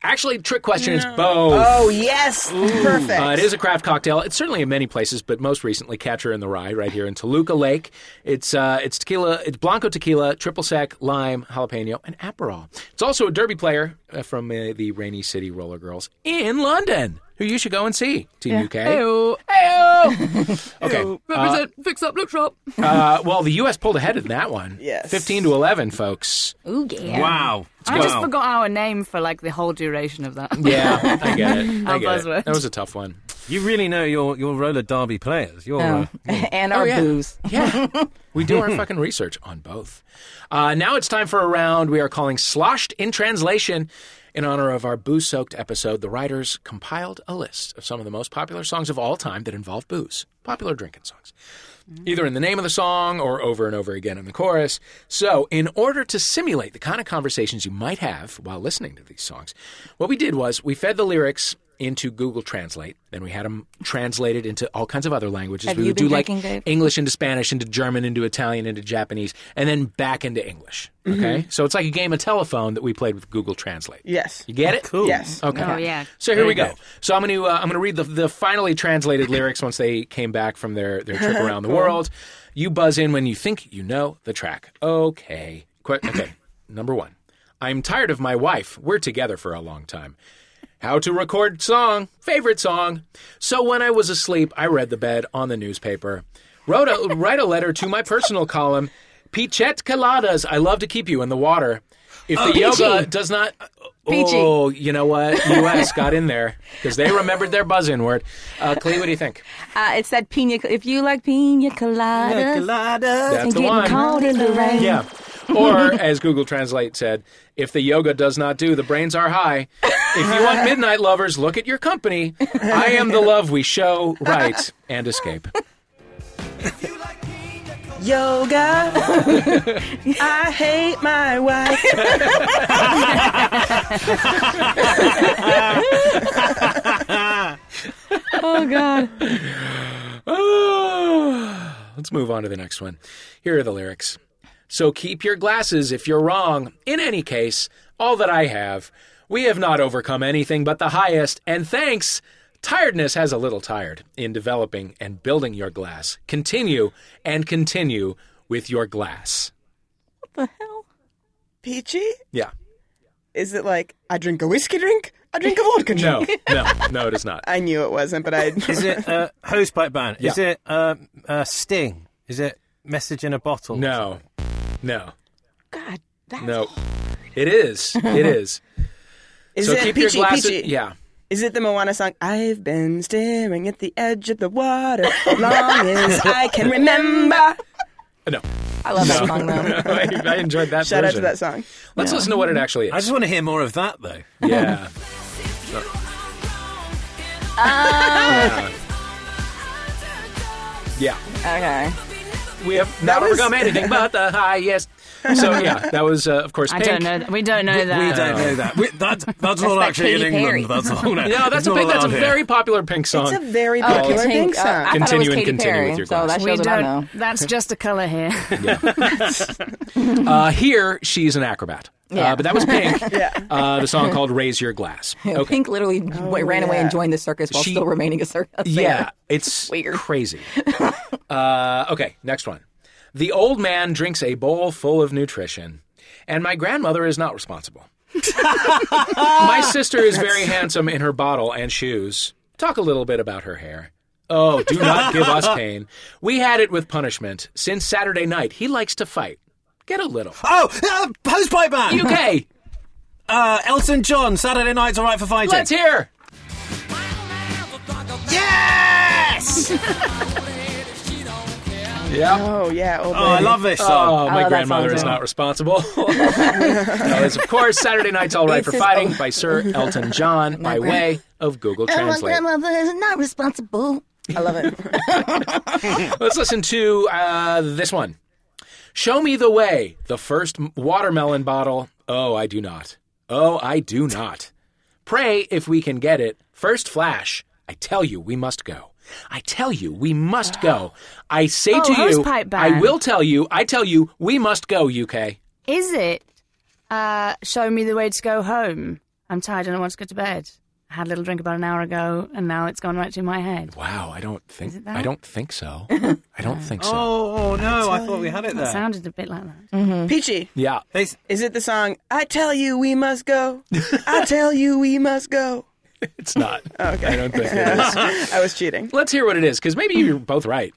Speaker 1: Actually, trick question is both.
Speaker 5: Oh yes, perfect.
Speaker 1: Uh, it is a craft cocktail. It's certainly in many places, but most recently Catcher in the Rye, right here in Toluca Lake. It's uh, it's tequila, it's Blanco tequila, triple sec, lime, jalapeno, and Aperol. It's also a derby player uh, from uh, the Rainy City Roller Girls in London, who you should go and see. Team UK.
Speaker 3: Ew. Ew.
Speaker 1: Okay.
Speaker 3: Represent fix up look shop.
Speaker 1: Uh, well, the U.S. pulled ahead in that one.
Speaker 5: Yes.
Speaker 1: Fifteen to eleven, folks.
Speaker 4: Ooh, yeah.
Speaker 2: Wow.
Speaker 3: I just
Speaker 2: Wow.
Speaker 3: forgot our name for like the whole duration of that.
Speaker 1: Yeah, I get it. I
Speaker 3: Our
Speaker 1: get
Speaker 3: buzzword.
Speaker 1: it. That was a tough one.
Speaker 2: You really know your, your roller derby players. You're uh,
Speaker 4: Um, and our
Speaker 1: yeah.
Speaker 4: booze.
Speaker 1: Yeah. we do our fucking research on both. Uh, now it's time for a round we are calling Sloshed in Translation. In honor of our booze soaked episode, the writers compiled a list of some of the most popular songs of all time that involve booze, popular drinking songs,
Speaker 4: Mm-hmm.
Speaker 1: either in the name of the song or over and over again in the chorus. So, in order to simulate the kind of conversations you might have while listening to these songs, what we did was we fed the lyrics into Google Translate, then we had them translated into all kinds of other languages.
Speaker 4: Have
Speaker 1: we
Speaker 4: you
Speaker 1: would
Speaker 4: been
Speaker 1: do like
Speaker 4: drinking, Dave?
Speaker 1: English into Spanish into German into Italian into Japanese and then back into English. Okay,
Speaker 4: Mm-hmm.
Speaker 1: so it's like a game of telephone that we played with Google Translate.
Speaker 5: Yes.
Speaker 1: You get it?
Speaker 2: Cool.
Speaker 5: Yes.
Speaker 1: Okay.
Speaker 3: Oh, yeah.
Speaker 1: So here we
Speaker 2: Very
Speaker 1: go. So I'm going to uh, I'm going to read the, the finally translated lyrics once they came back from their their trip around the world. You buzz in when you think you know the track. Okay. Que- okay. Number 1. I'm tired of my wife. We're together for a long time. How to record song, favorite song. So when I was asleep, I read the bed on the newspaper. Wrote a, write a letter to my personal column. Pichette coladas. I love to keep you in the water. If
Speaker 3: Oh,
Speaker 1: the yoga does not,
Speaker 3: Peachy.
Speaker 1: oh, you know what? U.S. got in there because they remembered their buzz-in word. Uh, Clee, what do you think?
Speaker 4: Uh, it said pina. If you like pina coladas
Speaker 1: That's
Speaker 4: and
Speaker 1: the
Speaker 4: getting
Speaker 1: one.
Speaker 4: caught in the rain,
Speaker 1: Yeah. Or as Google Translate said, if the yoga does not do, the brains are high. If you want midnight lovers, look at your company. I am the love we show, right, and escape.
Speaker 5: Yoga. I hate my wife.
Speaker 4: oh god,
Speaker 1: Let's move on to the next one. Here are the lyrics. So keep your glasses if you're wrong. In any case, all that I have, we have not overcome anything but the highest, and thanks, tiredness has a little tired in developing and building your glass. Continue and continue with your glass.
Speaker 4: what the hell?
Speaker 5: Peachy?
Speaker 1: Yeah.
Speaker 5: Is it like I drink a whiskey drink? I drink a vodka drink.
Speaker 1: No, no, no, it is not.
Speaker 5: I knew it wasn't, but I.
Speaker 2: Is it uh, hosepipe ban? Is
Speaker 1: Yeah.
Speaker 2: it uh, uh, sting? Is it message in a bottle?
Speaker 1: No, no,
Speaker 4: God, that's
Speaker 1: no. It is. It is.
Speaker 5: Is
Speaker 1: so
Speaker 5: it
Speaker 1: keep
Speaker 5: peachy?
Speaker 1: your glasses.
Speaker 5: peachy.
Speaker 1: Yeah.
Speaker 5: Is it the Moana song? I've been staring at the edge of the water long as I can remember.
Speaker 1: No.
Speaker 4: I love that song though.
Speaker 1: I, I enjoyed that
Speaker 5: Shout out to
Speaker 1: version.
Speaker 5: that song.
Speaker 1: Let's listen to what it actually
Speaker 2: I
Speaker 1: is.
Speaker 2: just want to hear more of that though.
Speaker 1: Yeah. yeah.
Speaker 4: Okay,
Speaker 1: We have not
Speaker 5: was-
Speaker 1: overcome anything but the highest. So yeah, that was uh, of course.
Speaker 3: I
Speaker 1: Pink.
Speaker 3: don't know. That. We don't know that.
Speaker 2: We don't know that. We, that that's not
Speaker 4: like
Speaker 2: actually
Speaker 4: Katy
Speaker 2: in
Speaker 4: Perry.
Speaker 2: England. That's all. No,
Speaker 1: No, that's a big,
Speaker 2: big.
Speaker 1: that's a very popular Pink song.
Speaker 5: It's a very
Speaker 4: Oh,
Speaker 5: popular
Speaker 4: Katy-
Speaker 5: pink
Speaker 4: uh,
Speaker 5: song.
Speaker 4: I thought it
Speaker 1: Continue
Speaker 4: was
Speaker 1: and
Speaker 4: Katy
Speaker 1: continue
Speaker 4: Perry,
Speaker 1: with your
Speaker 4: so that
Speaker 1: glasses.
Speaker 3: We
Speaker 4: shows what I know.
Speaker 3: don't. That's just a color here.
Speaker 1: uh, here, she's an acrobat.
Speaker 4: Yeah.
Speaker 1: Uh, but that was Pink. uh, the song called "Raise Your Glass." Okay.
Speaker 4: Pink literally w ran away and joined the circus while
Speaker 1: She-
Speaker 4: still remaining a circus.
Speaker 1: Yeah, it's
Speaker 4: Weird.
Speaker 1: crazy. uh, okay, next one. The old man drinks a bowl full of nutrition, and my grandmother is not responsible. my sister is very handsome in her bottle and shoes. Talk a little bit about her hair. Oh, do not give us pain. We had it with punishment. Since Saturday night, he likes to fight. Get a little.
Speaker 2: Oh, uh, hosepipe ban.
Speaker 1: Okay,
Speaker 2: Uh, Elton John. Saturday night's all right for fighting.
Speaker 1: let's hear.
Speaker 2: Yes.
Speaker 1: Yeah.
Speaker 5: Oh yeah. Oh,
Speaker 2: Oh, I love this
Speaker 1: Oh,
Speaker 2: song.
Speaker 1: my
Speaker 4: that
Speaker 1: grandmother
Speaker 4: sounds
Speaker 1: is not responsible. that is, of course, Saturday Night's All Right for
Speaker 4: This is-
Speaker 1: Fighting by Sir Elton John by
Speaker 4: grand-
Speaker 1: way of Google Translate.
Speaker 4: is not responsible. I love it.
Speaker 1: Let's listen to uh, this one. Show me the way. The first m- watermelon bottle. Oh, I do not. Oh, I do not. Pray if we can get it. First flash. I tell you, we must go. I tell you, we must go. I say
Speaker 3: Oh,
Speaker 1: to you,
Speaker 3: hosepipe
Speaker 1: I
Speaker 3: band.
Speaker 1: will tell you, I tell you, we must go, UK.
Speaker 3: Is it? Uh, show me the way to go home. I'm tired and I want to go to bed. I had a little drink about an hour ago, and now it's gone right to my head.
Speaker 1: Wow, I don't think
Speaker 3: it that?
Speaker 1: I don't think so. I don't think so.
Speaker 2: Oh, oh, no, I thought we had it
Speaker 3: That
Speaker 2: there.
Speaker 3: sounded a bit like that.
Speaker 5: Peachy.
Speaker 1: Yeah.
Speaker 2: They s-
Speaker 5: Is it the song I tell you we must go? I tell you we must go.
Speaker 1: It's not.
Speaker 5: Okay.
Speaker 1: I don't think it is.
Speaker 5: I was cheating.
Speaker 1: Let's hear what it is, because maybe you're both right.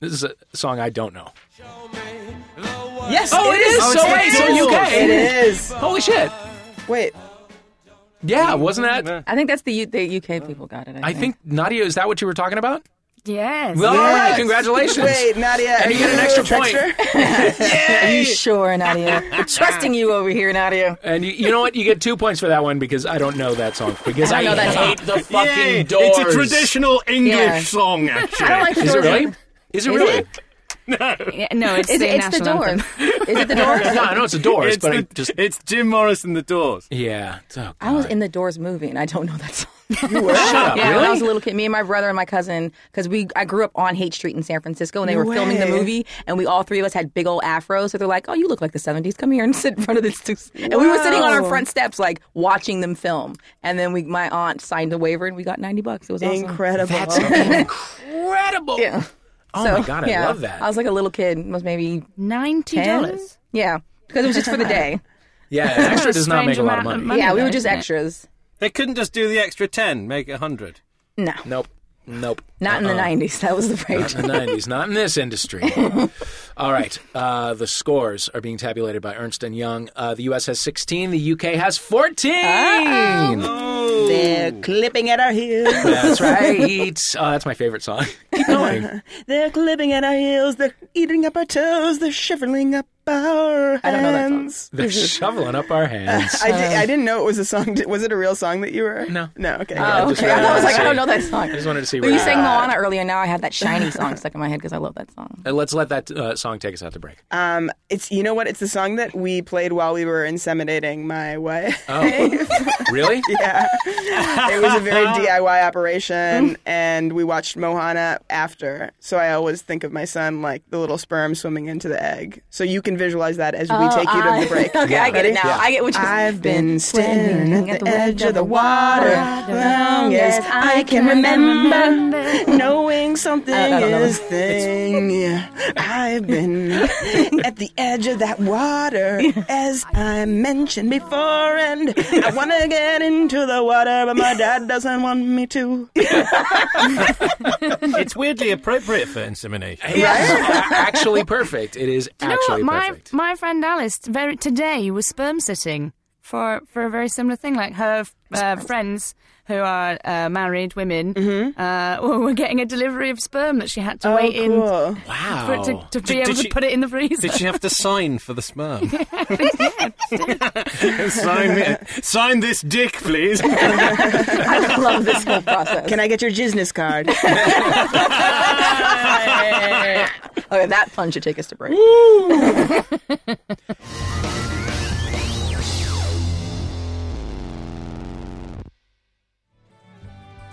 Speaker 1: This is a song I don't know.
Speaker 5: Yes,
Speaker 1: Oh, it is.
Speaker 5: Oh,
Speaker 1: So
Speaker 5: it's
Speaker 1: wait,
Speaker 5: the
Speaker 1: so
Speaker 5: Doors.
Speaker 1: UK.
Speaker 5: It is.
Speaker 1: Holy shit!
Speaker 5: Wait,
Speaker 1: Yeah, wasn't that?
Speaker 4: I think that's the U- the UK people got it. I,
Speaker 1: I think Nadia, is that what you were talking about?
Speaker 3: Yes.
Speaker 1: Well, all right, congratulations.
Speaker 5: Wait, not yet.
Speaker 1: And
Speaker 5: Are
Speaker 1: you get an
Speaker 5: a
Speaker 1: extra point.
Speaker 5: trickster?
Speaker 4: Are you sure, Nadia? We're trusting you over here, Nadia.
Speaker 1: And you, you know what? You get two points for that one because I don't know that song. Because I,
Speaker 4: I don't know that
Speaker 1: hate the fucking
Speaker 2: Yay!
Speaker 1: doors.
Speaker 2: It's a traditional English
Speaker 4: Yeah.
Speaker 2: song, actually.
Speaker 4: I don't like the
Speaker 1: Is it
Speaker 4: doors.
Speaker 1: really? Is it really?
Speaker 3: Yeah, no, it's,
Speaker 4: Is
Speaker 3: the
Speaker 4: it, it's the
Speaker 3: national
Speaker 4: doors.
Speaker 3: anthem.
Speaker 4: Is it the doors?
Speaker 1: No, I know it's the doors,
Speaker 2: it's,
Speaker 1: but I
Speaker 2: the-
Speaker 1: just
Speaker 2: it's Jim Morrison, The Doors.
Speaker 1: yeah. It's- oh,
Speaker 4: I was
Speaker 1: God.
Speaker 4: in the Doors movie, and I don't know that song.
Speaker 1: Shut up,
Speaker 4: yeah, when I
Speaker 1: really?
Speaker 4: was a little kid, me and my brother and my cousin, because we I grew up on Hate Street in San Francisco, and they were filming the
Speaker 5: way.
Speaker 4: movie, and we all three of us had big old afros, so they're like, "Oh, you look like the '70s. Come here and sit in front of this." Too. And we were sitting on our
Speaker 3: Wow.
Speaker 4: front steps, like watching them film. And then we, my aunt signed a waiver, and we got 90 bucks. It was awesome.
Speaker 5: Incredible.
Speaker 1: That's incredible.
Speaker 4: Yeah.
Speaker 1: Oh my god, I
Speaker 4: yeah,
Speaker 1: love that.
Speaker 4: I was like a little kid, was maybe
Speaker 3: Ninety
Speaker 4: 10.
Speaker 3: dollars.
Speaker 4: Yeah, because it was just for the day.
Speaker 1: yeah, an extra does not make
Speaker 3: Strange
Speaker 1: a lot of
Speaker 3: amount
Speaker 1: money.
Speaker 3: of
Speaker 4: yeah, we
Speaker 3: though,
Speaker 4: were just
Speaker 3: isn't it?
Speaker 4: extras.
Speaker 2: They couldn't just do the extra 10, make it 100.
Speaker 4: No,
Speaker 1: Nope. Nope. Uh-uh.
Speaker 4: not in the 90s. That was the
Speaker 1: Not
Speaker 4: rate.
Speaker 1: in the 90s, not in this industry. All right. Uh, the scores are being tabulated by Ernst & Young. Uh, the U.S. has 16. The U.K. has 14.
Speaker 5: They're clipping at our heels.
Speaker 1: That's right. Oh, that's my favorite song. Keep going.
Speaker 5: They're clipping at our heels. They're eating up our toes. They're shoveling up our hands.
Speaker 4: I don't know that song.
Speaker 1: They're shoveling up our hands.
Speaker 5: I, di- I didn't know it was a song. Di- Was it a real song that you were?
Speaker 1: No.
Speaker 5: No, okay.
Speaker 4: Oh,
Speaker 5: good.
Speaker 1: just
Speaker 4: okay.
Speaker 1: wanted
Speaker 4: I was
Speaker 1: to
Speaker 4: like, I don't
Speaker 1: see.
Speaker 4: know that song.
Speaker 1: I just wanted to see
Speaker 4: But
Speaker 1: where
Speaker 4: you
Speaker 1: you
Speaker 4: sang
Speaker 1: were
Speaker 4: Moana earlier. Now I have that shiny song stuck in my head because I love that song.
Speaker 1: Uh, Let's let that uh, song take us out to break.
Speaker 5: Um, it's you know what? It's the song that we played while we were inseminating my wife.
Speaker 1: Oh. Really?
Speaker 5: yeah, it was a very DIY operation, and we watched Moana after. So I always think of my son like the little sperm swimming into the egg. So you can visualize that as we take you to the break.
Speaker 4: okay, I get it
Speaker 5: Ready?
Speaker 4: now. I get what you
Speaker 5: I've been standing at the edge of the water long as I can remember, Uh, knowing something is thing. I've been at the edge of that water, as I mentioned before, and I want to get into the water, but my dad doesn't want me to.
Speaker 2: it's weirdly appropriate for insemination.
Speaker 1: Yes. actually perfect. It is
Speaker 3: You know
Speaker 1: actually
Speaker 3: what? My
Speaker 1: perfect.
Speaker 3: my friend Alice very today was sperm sitting for for a very similar thing. Like her uh, friends who are uh, married women uh, were getting a delivery of sperm that she had to wait in
Speaker 5: Oh, Cool.
Speaker 1: wow.
Speaker 3: for it to, to be
Speaker 2: Did-
Speaker 3: able
Speaker 2: did
Speaker 3: to
Speaker 2: she-
Speaker 3: put it in the freezer.
Speaker 2: Did she have to sign for the sperm? sign, me- sign this dick, please.
Speaker 4: I love this whole process.
Speaker 5: Can I get your business card?
Speaker 4: okay, that pun should take us to break.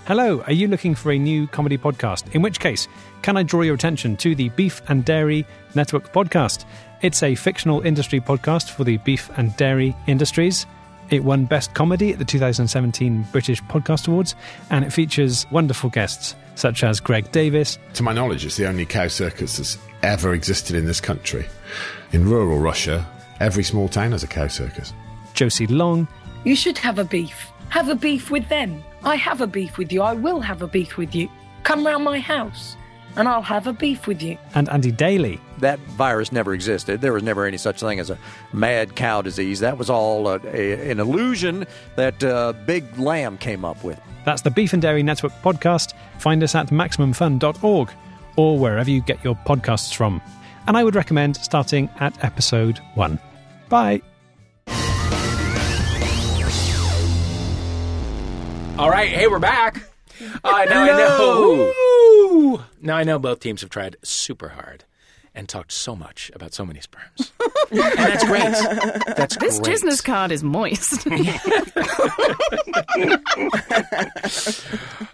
Speaker 10: Hello, are you looking for a new comedy podcast? In which case, can I draw your attention to the Beef and Dairy Network podcast? It's a fictional industry podcast for the beef and dairy industries. It won Best Comedy at the 2017 British Podcast Awards, and it features wonderful guests such as Greg Davis,
Speaker 11: To my knowledge, it's the only cow circus that's ever existed in this country. In rural Russia, every small town has a cow circus.
Speaker 10: Josie Long,
Speaker 8: You should have a beef. Have a beef with them. I have a beef with you. I will have a beef with you. Come round my house and I'll have a beef with you.
Speaker 10: and Andy Daly.
Speaker 9: That virus never existed. There was never any such thing as a mad cow disease. That was all a, a, an illusion that uh, Big Lamb came up with.
Speaker 10: That's the Beef and Dairy Network podcast. Find us at MaximumFun.org or wherever you get your podcasts from. And I would recommend starting at episode one. Bye.
Speaker 1: All right, hey, we're back. Uh, now I know. Ooh. Now I know both teams have tried super hard and talked so much about so many sperms, and that's great. That's
Speaker 3: this
Speaker 1: great.
Speaker 3: business card is moist.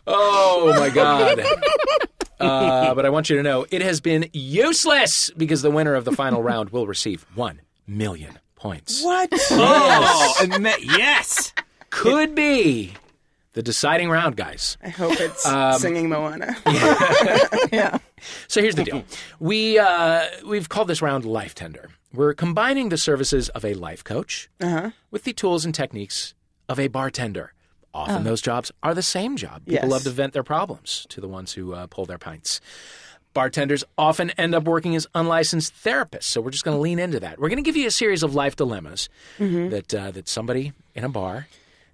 Speaker 1: Oh my god. Uh, but I want you to know it has been useless because the winner of the final round will receive one million points.
Speaker 5: what?
Speaker 2: oh, and that- yes.
Speaker 1: Could be the deciding round, guys.
Speaker 5: I hope it's singing Moana.
Speaker 1: So here's the deal. We uh, we've called this round Life Tender. We're combining the services of a life coach with the tools and techniques of a bartender. Often those jobs are the same job. People
Speaker 5: Yes.
Speaker 1: love to vent their problems to the ones who uh, pull their pints. Bartenders often end up working as unlicensed therapists, so we're just going to lean into that. We're going to give you a series of life dilemmas that uh, that somebody in a bar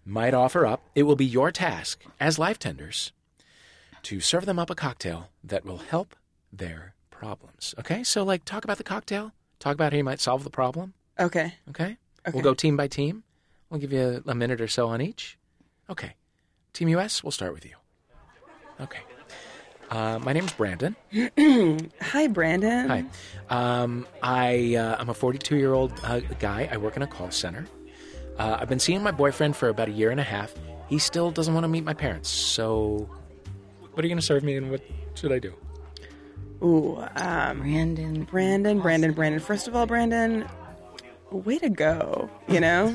Speaker 1: might offer up. It will be your task as life tenders to serve them up a cocktail that will help their problems. Okay? So, like, talk about the cocktail, talk about how you might solve the problem.
Speaker 5: Okay.
Speaker 1: Okay?
Speaker 5: Okay.
Speaker 1: We'll go team by team. We'll give you a, a minute or so on each. Okay. Team US, we'll start with you. Okay. Uh, my name's Brandon.
Speaker 5: Hi, Brandon.
Speaker 1: Hi. Um, I, uh, I'm a 42 year old uh, guy. I work in a call center. Uh, I've been seeing my boyfriend for about a year and a half. He still doesn't want to meet my parents. So, what are you going to serve me and what should I do?
Speaker 5: Ooh, um,
Speaker 4: Brandon.
Speaker 5: Brandon, Brandon, Brandon. First of all, Brandon, way to go. You know,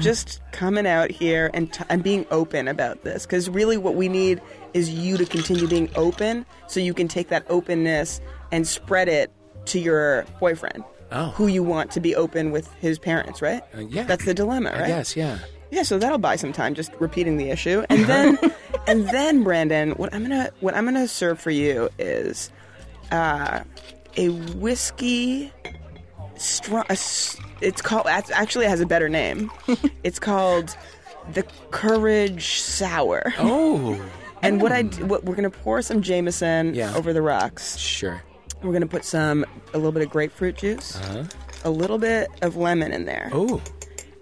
Speaker 5: just coming out here and, t- and being open about this. Because really, what we need is you to continue being open so you can take that openness and spread it to your boyfriend.
Speaker 1: Oh.
Speaker 5: Who you want to be open with his parents, right?
Speaker 1: Uh, yeah.
Speaker 5: That's the dilemma, right?
Speaker 1: I guess, yeah.
Speaker 5: Yeah, so that'll buy some time just repeating the issue. And
Speaker 1: Uh-huh.
Speaker 5: then and then Brandon, what I'm gonna what I'm gonna serve for you is uh, a whiskey strong it's called that's- actually it has a better name. it's called the Courage Sour.
Speaker 1: Oh.
Speaker 5: And what I d- what we're gonna pour some Jameson
Speaker 1: Yeah.
Speaker 5: over the rocks.
Speaker 1: Sure.
Speaker 5: We're gonna put some a little bit of grapefruit juice,
Speaker 1: Uh-huh.
Speaker 5: a little bit of lemon in there
Speaker 1: Oh.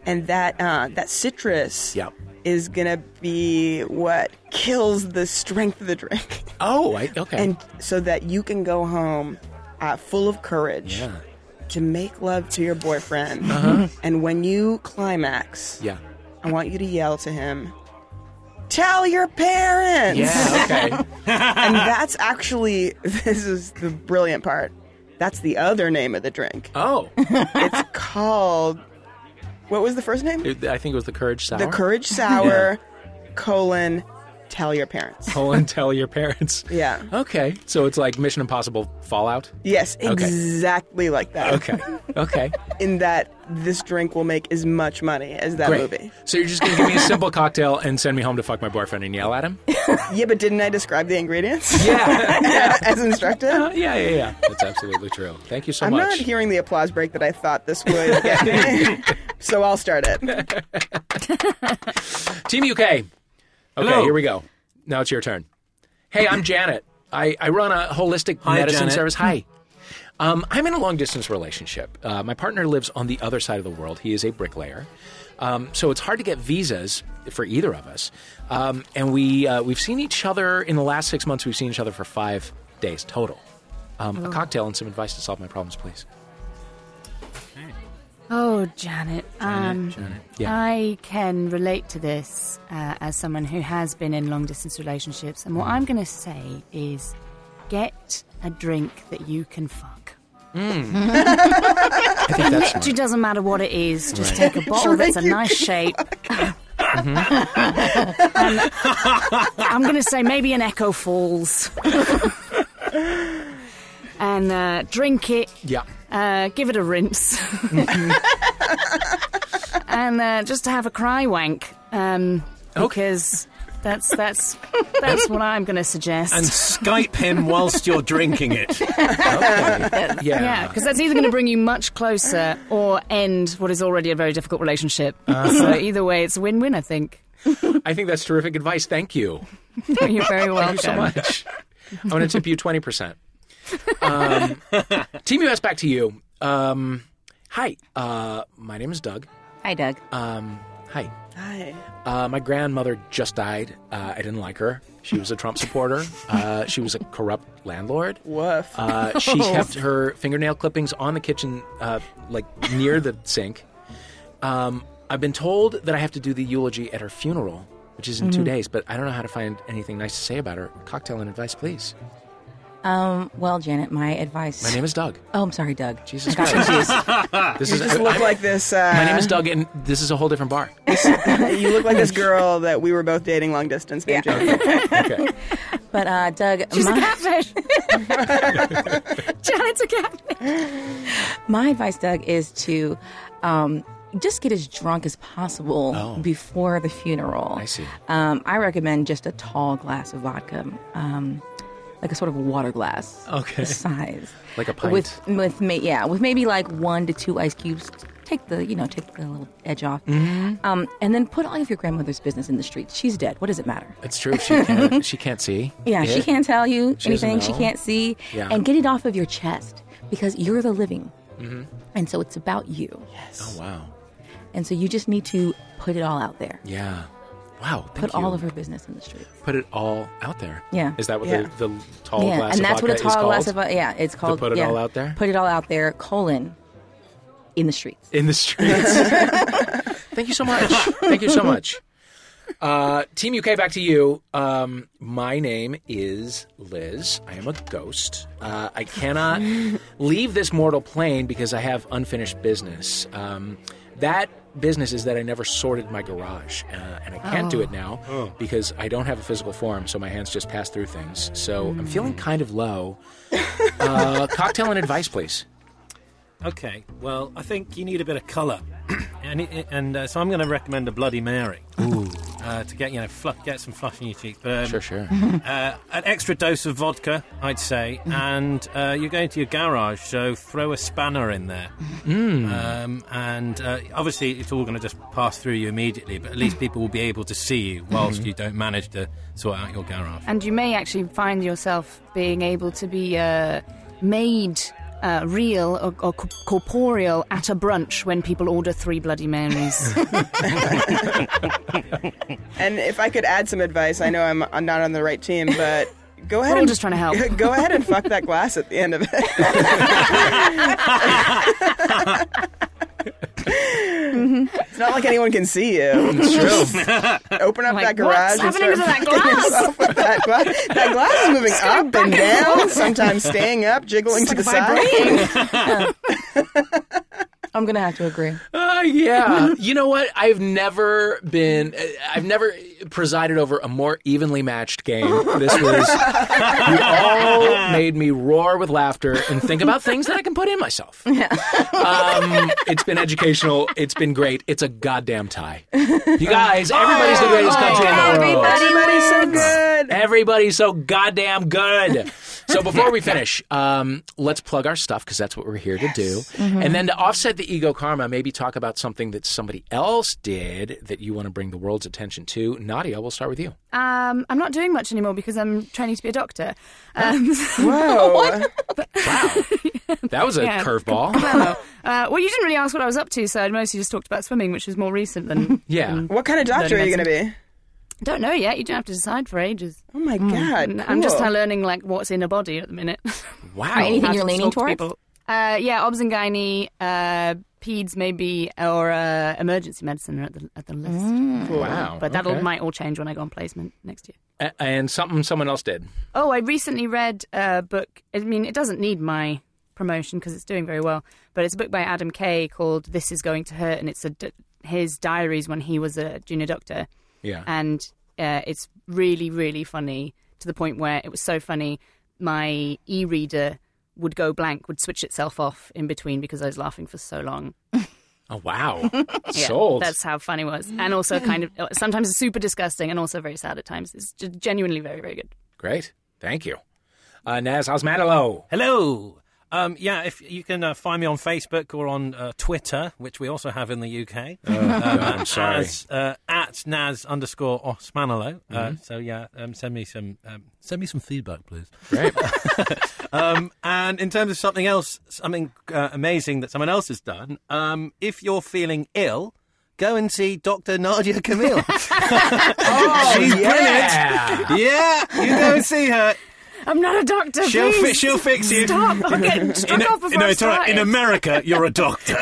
Speaker 5: and that uh, that citrus
Speaker 1: Yep.
Speaker 5: is gonna be what kills the strength of the drink,
Speaker 1: Oh, I, okay.
Speaker 5: and so that you can go home uh, full of courage
Speaker 1: yeah. Uh-huh.
Speaker 5: to make love to your boyfriend. And when you climax,
Speaker 1: Yeah.
Speaker 5: I want you to yell to him, "Tell your parents!"
Speaker 1: Yeah, okay.
Speaker 5: and that's actually this is the brilliant part. That's the other name of the drink.
Speaker 1: oh.
Speaker 5: It's called. What was the first name?
Speaker 1: It- I think it was the Courage Sour.
Speaker 5: The Courage Sour, colon, tell your parents.
Speaker 1: Call and tell your parents.
Speaker 5: Yeah.
Speaker 1: Okay. So it's like Mission Impossible Fallout?
Speaker 5: Yes,
Speaker 1: Okay.
Speaker 5: exactly like that.
Speaker 1: Okay. Okay.
Speaker 5: In that this drink will make as much money as that
Speaker 1: Great.
Speaker 5: movie.
Speaker 1: So you're just going to give me a simple cocktail and send me home to fuck my boyfriend and yell at him?
Speaker 5: Yeah, but didn't I describe the ingredients
Speaker 1: Yeah.
Speaker 5: as instructed?
Speaker 1: yeah, Oh, yeah, yeah. That's absolutely true. Thank you so
Speaker 5: I'm
Speaker 1: much.
Speaker 5: not hearing the applause break that I thought this would get me. so I'll start it.
Speaker 1: Team UK. Okay,
Speaker 2: Hello.
Speaker 1: here we go. Now it's your turn. Hey, I'm Janet. I, I run a holistic
Speaker 2: Hi,
Speaker 1: medicine
Speaker 2: Janet.
Speaker 1: service. Hi. Um, I'm in a long distance relationship. Uh, my partner lives on the other side of the world. He is a bricklayer. Um, so it's hard to get visas for either of us. Um, and we, uh, we've seen each other in the last six months, we've seen each other for five days total. Um, a cocktail and some advice to solve my problems, please.
Speaker 3: Oh, Janet. um,
Speaker 1: Yeah.
Speaker 3: I can relate to this uh, as someone who has been in long distance relationships. And what I'm going to say is get a drink that you can fuck.
Speaker 1: I think that's
Speaker 3: Literally
Speaker 1: smart.
Speaker 3: doesn't matter what it is. Just
Speaker 1: Right.
Speaker 3: take a bottle that's a nice shape. And I'm going to say maybe an Echo Falls. and uh, drink it.
Speaker 1: Yeah.
Speaker 3: Uh, give it a rinse. and uh, just to have a cry wank. Um,
Speaker 1: Okay.
Speaker 3: Because that's that's that's what I'm going to suggest.
Speaker 2: And Skype him whilst you're drinking it.
Speaker 1: Okay. Yeah.
Speaker 3: yeah, because that's either going to bring you much closer or end what is already a very difficult relationship. So either way, it's a win-win, I think.
Speaker 1: I think that's terrific advice. Thank you.
Speaker 3: You're very
Speaker 1: Thank
Speaker 3: welcome.
Speaker 1: you so much. I'm going to tip you 20%. Um, Team US, back to you. Um, hi, uh, my name is Doug.
Speaker 4: Hi, Doug.
Speaker 1: Um, hi.
Speaker 5: Hi.
Speaker 1: Uh, my grandmother just died. Uh, I didn't like her. She was a Trump supporter. Uh, she was a corrupt landlord.
Speaker 5: Woof.
Speaker 1: Uh, she
Speaker 4: Oh.
Speaker 1: kept her fingernail clippings on the kitchen, uh, like near the sink. Um, I've been told that I have to do the eulogy at her funeral, which is in
Speaker 4: Mm-hmm.
Speaker 1: two days, but I don't know how to find anything nice to say about her. Cocktail and advice, please.
Speaker 4: Um, well, Janet, my advice.
Speaker 1: My name is Doug.
Speaker 4: Oh, I'm sorry, Doug.
Speaker 1: Jesus
Speaker 4: I got
Speaker 1: Christ.
Speaker 4: confused.
Speaker 1: This
Speaker 5: you
Speaker 1: is
Speaker 5: just
Speaker 1: I-
Speaker 5: look
Speaker 1: I'm-
Speaker 5: like this. Uh,
Speaker 1: My name is Doug, and this is a whole different bar.
Speaker 5: You look like this girl that we were both dating long distance. named
Speaker 4: Yeah.
Speaker 5: Jane.
Speaker 1: Okay.
Speaker 4: But uh, Doug,
Speaker 3: She's a
Speaker 4: my,
Speaker 3: catfish. Janet's a catfish.
Speaker 4: my advice, Doug, is to um, just get as drunk as possible before the funeral.
Speaker 1: Oh. I see.
Speaker 4: Um, I recommend just a tall glass of vodka, um, like a sort of water glass
Speaker 1: Okay.
Speaker 4: size,
Speaker 1: Like a pint.
Speaker 4: With with may, yeah, with maybe like one to two ice cubes take the you know take the little edge off,
Speaker 1: Mhm.
Speaker 4: um, and then put all of your grandmother's business in the streets. She's dead. What does it matter?
Speaker 1: It's true. She can't, she can't see.
Speaker 4: Yeah, she
Speaker 1: it.
Speaker 4: can't tell you
Speaker 1: She doesn't
Speaker 4: anything. She
Speaker 1: know.
Speaker 4: can't see.
Speaker 1: Yeah.
Speaker 4: And get it off of your chest because you're the living,
Speaker 1: Mhm.
Speaker 4: and so it's about you.
Speaker 1: Oh wow.
Speaker 4: And so you just need to put it all out there.
Speaker 1: Yeah. Wow. Thank
Speaker 4: put
Speaker 1: you.
Speaker 4: all of her business in the street.
Speaker 1: Put it all out there.
Speaker 4: Yeah.
Speaker 1: Is that what
Speaker 4: Yeah.
Speaker 1: the, the tall
Speaker 4: yeah,
Speaker 1: glass
Speaker 4: and
Speaker 1: of
Speaker 4: that's what a
Speaker 1: vodka is
Speaker 4: tall glass of
Speaker 1: called?
Speaker 4: vodka. Yeah, it's
Speaker 1: To
Speaker 4: called.
Speaker 1: put it
Speaker 4: yeah.
Speaker 1: all out there?
Speaker 4: Put it all out there. Colon in the streets.
Speaker 1: in the streets. Thank you so much. Thank you so much. Uh, Team UK, back to you. Um, my name is Liz. I am a ghost. Uh, I cannot leave this mortal plane because I have unfinished business. Um, that business is that I never sorted my garage, uh, and I can't do
Speaker 6: Oh.
Speaker 1: it now
Speaker 6: Oh.
Speaker 1: because I don't have a physical form, so my hands just pass through things. So I'm feeling kind of low. Uh, cocktail and advice, please.
Speaker 2: Okay, well, I think you need a bit of colour, and it, and uh, so I'm going to recommend a Bloody Mary. Ooh. Uh, to get you know, fluff, get some flush in your cheeks. But, um,
Speaker 1: Sure, sure.
Speaker 2: uh, an extra dose of vodka, I'd say, and uh, you're going to your garage, so throw a spanner in there. Um, and uh, obviously, it's all going to just pass through you immediately, but at least people will be able to see you whilst
Speaker 3: Mhm.
Speaker 2: you don't manage to sort out your garage.
Speaker 3: And you may actually find yourself being able to be uh, made uh, real or, or co- corporeal at a brunch when people order three Bloody Marys.
Speaker 5: And if I could add some advice, I know I'm, I'm not on the right team, but go ahead.
Speaker 3: all
Speaker 5: and,
Speaker 3: just trying to help.
Speaker 5: Go ahead and fuck that glass at the end of it.
Speaker 3: Mm-hmm.
Speaker 5: It's not like anyone can see you.
Speaker 1: It's true.
Speaker 5: Open up that garage.
Speaker 3: "What's
Speaker 5: and
Speaker 3: happening
Speaker 5: start
Speaker 3: to that
Speaker 5: fucking
Speaker 3: glass?"
Speaker 5: yourself with that glass? That glass is moving up and down, sometimes staying up, jiggling to the side.
Speaker 4: I'm gonna have to agree.
Speaker 1: Uh, yeah. you know what? I've never been, uh, I've never presided over a more evenly matched game. This was, you all made me roar with laughter and think about things that I can put in myself. Um, it's been educational. It's been great. It's a goddamn tie. You guys, everybody's the
Speaker 4: Oh,
Speaker 1: greatest country in the world.
Speaker 5: Everybody's so good.
Speaker 1: Everybody's so goddamn good. So before we finish, um, let's plug our stuff because that's what we're here to do.
Speaker 3: Mm-hmm.
Speaker 6: Mhm.
Speaker 1: And then to offset the ego karma, maybe talk about something that somebody else did that you want to bring the world's attention to. Nadia, we'll start with you.
Speaker 3: um, I'm not doing much anymore because I'm training to be a doctor. Um,
Speaker 5: Whoa.
Speaker 1: That was a
Speaker 3: Yeah.
Speaker 1: curveball.
Speaker 3: uh, well, you didn't really ask what I was up to, so I mostly just talked about swimming, which was more recent than.
Speaker 1: Yeah.
Speaker 5: What kind of doctor are you going to be?
Speaker 3: Don't know yet. You don't have to decide for ages.
Speaker 5: Oh my god!
Speaker 3: Mm. I'm just
Speaker 5: cool.
Speaker 3: kind of learning like what's in a body at the minute.
Speaker 1: Wow.
Speaker 3: How to talk to people. Uh, yeah, obs and gynae, uh, peds maybe, or uh, emergency medicine are at the, at the list.
Speaker 1: Cool. Wow,
Speaker 3: But that'll
Speaker 1: Mm, okay.
Speaker 3: might all change when I go on placement next year.
Speaker 1: A- and something someone else did.
Speaker 3: Oh, I recently read a book. I mean, it doesn't need my promotion because it's doing very well. But it's a book by Adam Kay called "This Is Going to Hurt," and it's a d- his diaries when he was a junior doctor.
Speaker 1: Yeah.
Speaker 3: and uh, it's really, really funny to the point where it was so funny my e-reader would go blank, would switch itself off in between because I was laughing for so long.
Speaker 1: Oh, wow.
Speaker 3: Yeah,
Speaker 1: Sold.
Speaker 3: That's how funny it was, and also kind of uh, sometimes it's super disgusting and also very sad at times. It's just genuinely very, very good.
Speaker 1: Great. Thank you. Uh, Naz, how's Madelo?
Speaker 2: Hello. Um, yeah, if you can uh, find me on Facebook or on uh, Twitter, which we also have in the UK,
Speaker 1: Oh, God, I'm
Speaker 2: as,
Speaker 1: sorry.
Speaker 2: uh, at Naz underscore Osmanolo. Uh,
Speaker 1: Mhm.
Speaker 2: so yeah, um, send me some um, send me some feedback, please.
Speaker 1: Great.
Speaker 2: um, and in terms of something else, something uh, amazing that someone else has done, um, if you're feeling ill, go and see Dr. Nadia Camille.
Speaker 1: Oh,
Speaker 2: She's brilliant. Yeah, you go and see her.
Speaker 3: I'm not a doctor.
Speaker 2: She'll, fi-
Speaker 3: please.
Speaker 2: she'll fix you.
Speaker 3: Stop! I'm getting struck
Speaker 2: In-
Speaker 3: off before
Speaker 2: no,
Speaker 3: I
Speaker 2: it's all right.
Speaker 3: started.
Speaker 2: In America, you're a doctor.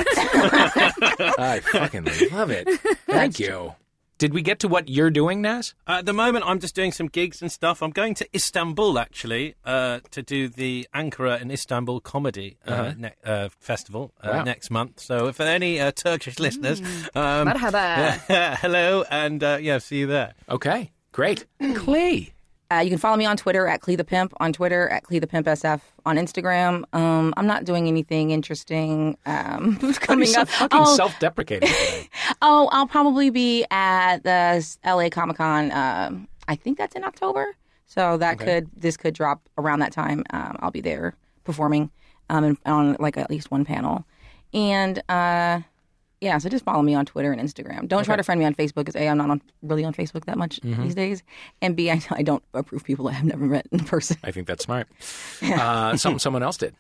Speaker 1: I fucking love it. Thank you. Did we get to what you're doing, Naz?
Speaker 2: At the moment, I'm just doing some gigs and stuff. I'm going to Istanbul actually uh, to do the Ankara and Istanbul Comedy uh,
Speaker 1: Uh-huh.
Speaker 2: ne- uh, Festival uh,
Speaker 1: Wow.
Speaker 2: next month. So, if there are any uh, Turkish listeners, um,
Speaker 4: Merhaba.
Speaker 2: yeah, hello, and uh, yeah, see you there.
Speaker 1: Okay, great. Clee.
Speaker 4: Uh, you can follow me on Twitter at Clee the Pimp, on Twitter at Clee the Pimp SF, on Instagram. Um, I'm not doing anything interesting um, coming
Speaker 1: so
Speaker 4: up.
Speaker 1: fucking
Speaker 4: Oh,
Speaker 1: self-deprecating. today.
Speaker 4: oh, I'll probably be at the s- LA Comic Con. Um, I think that's in October, so that
Speaker 1: Okay.
Speaker 4: could this could drop around that time. Um, I'll be there performing um, and on like at least one panel, and uh, Yeah, so just follow me on Twitter and Instagram. Don't try
Speaker 12: Okay.
Speaker 4: to friend me on Facebook because A, I'm not on, really on Facebook that much
Speaker 1: Mhm.
Speaker 4: these days. And B, I, I don't approve people I have never met in person.
Speaker 1: I think that's smart. Uh, some, someone else did.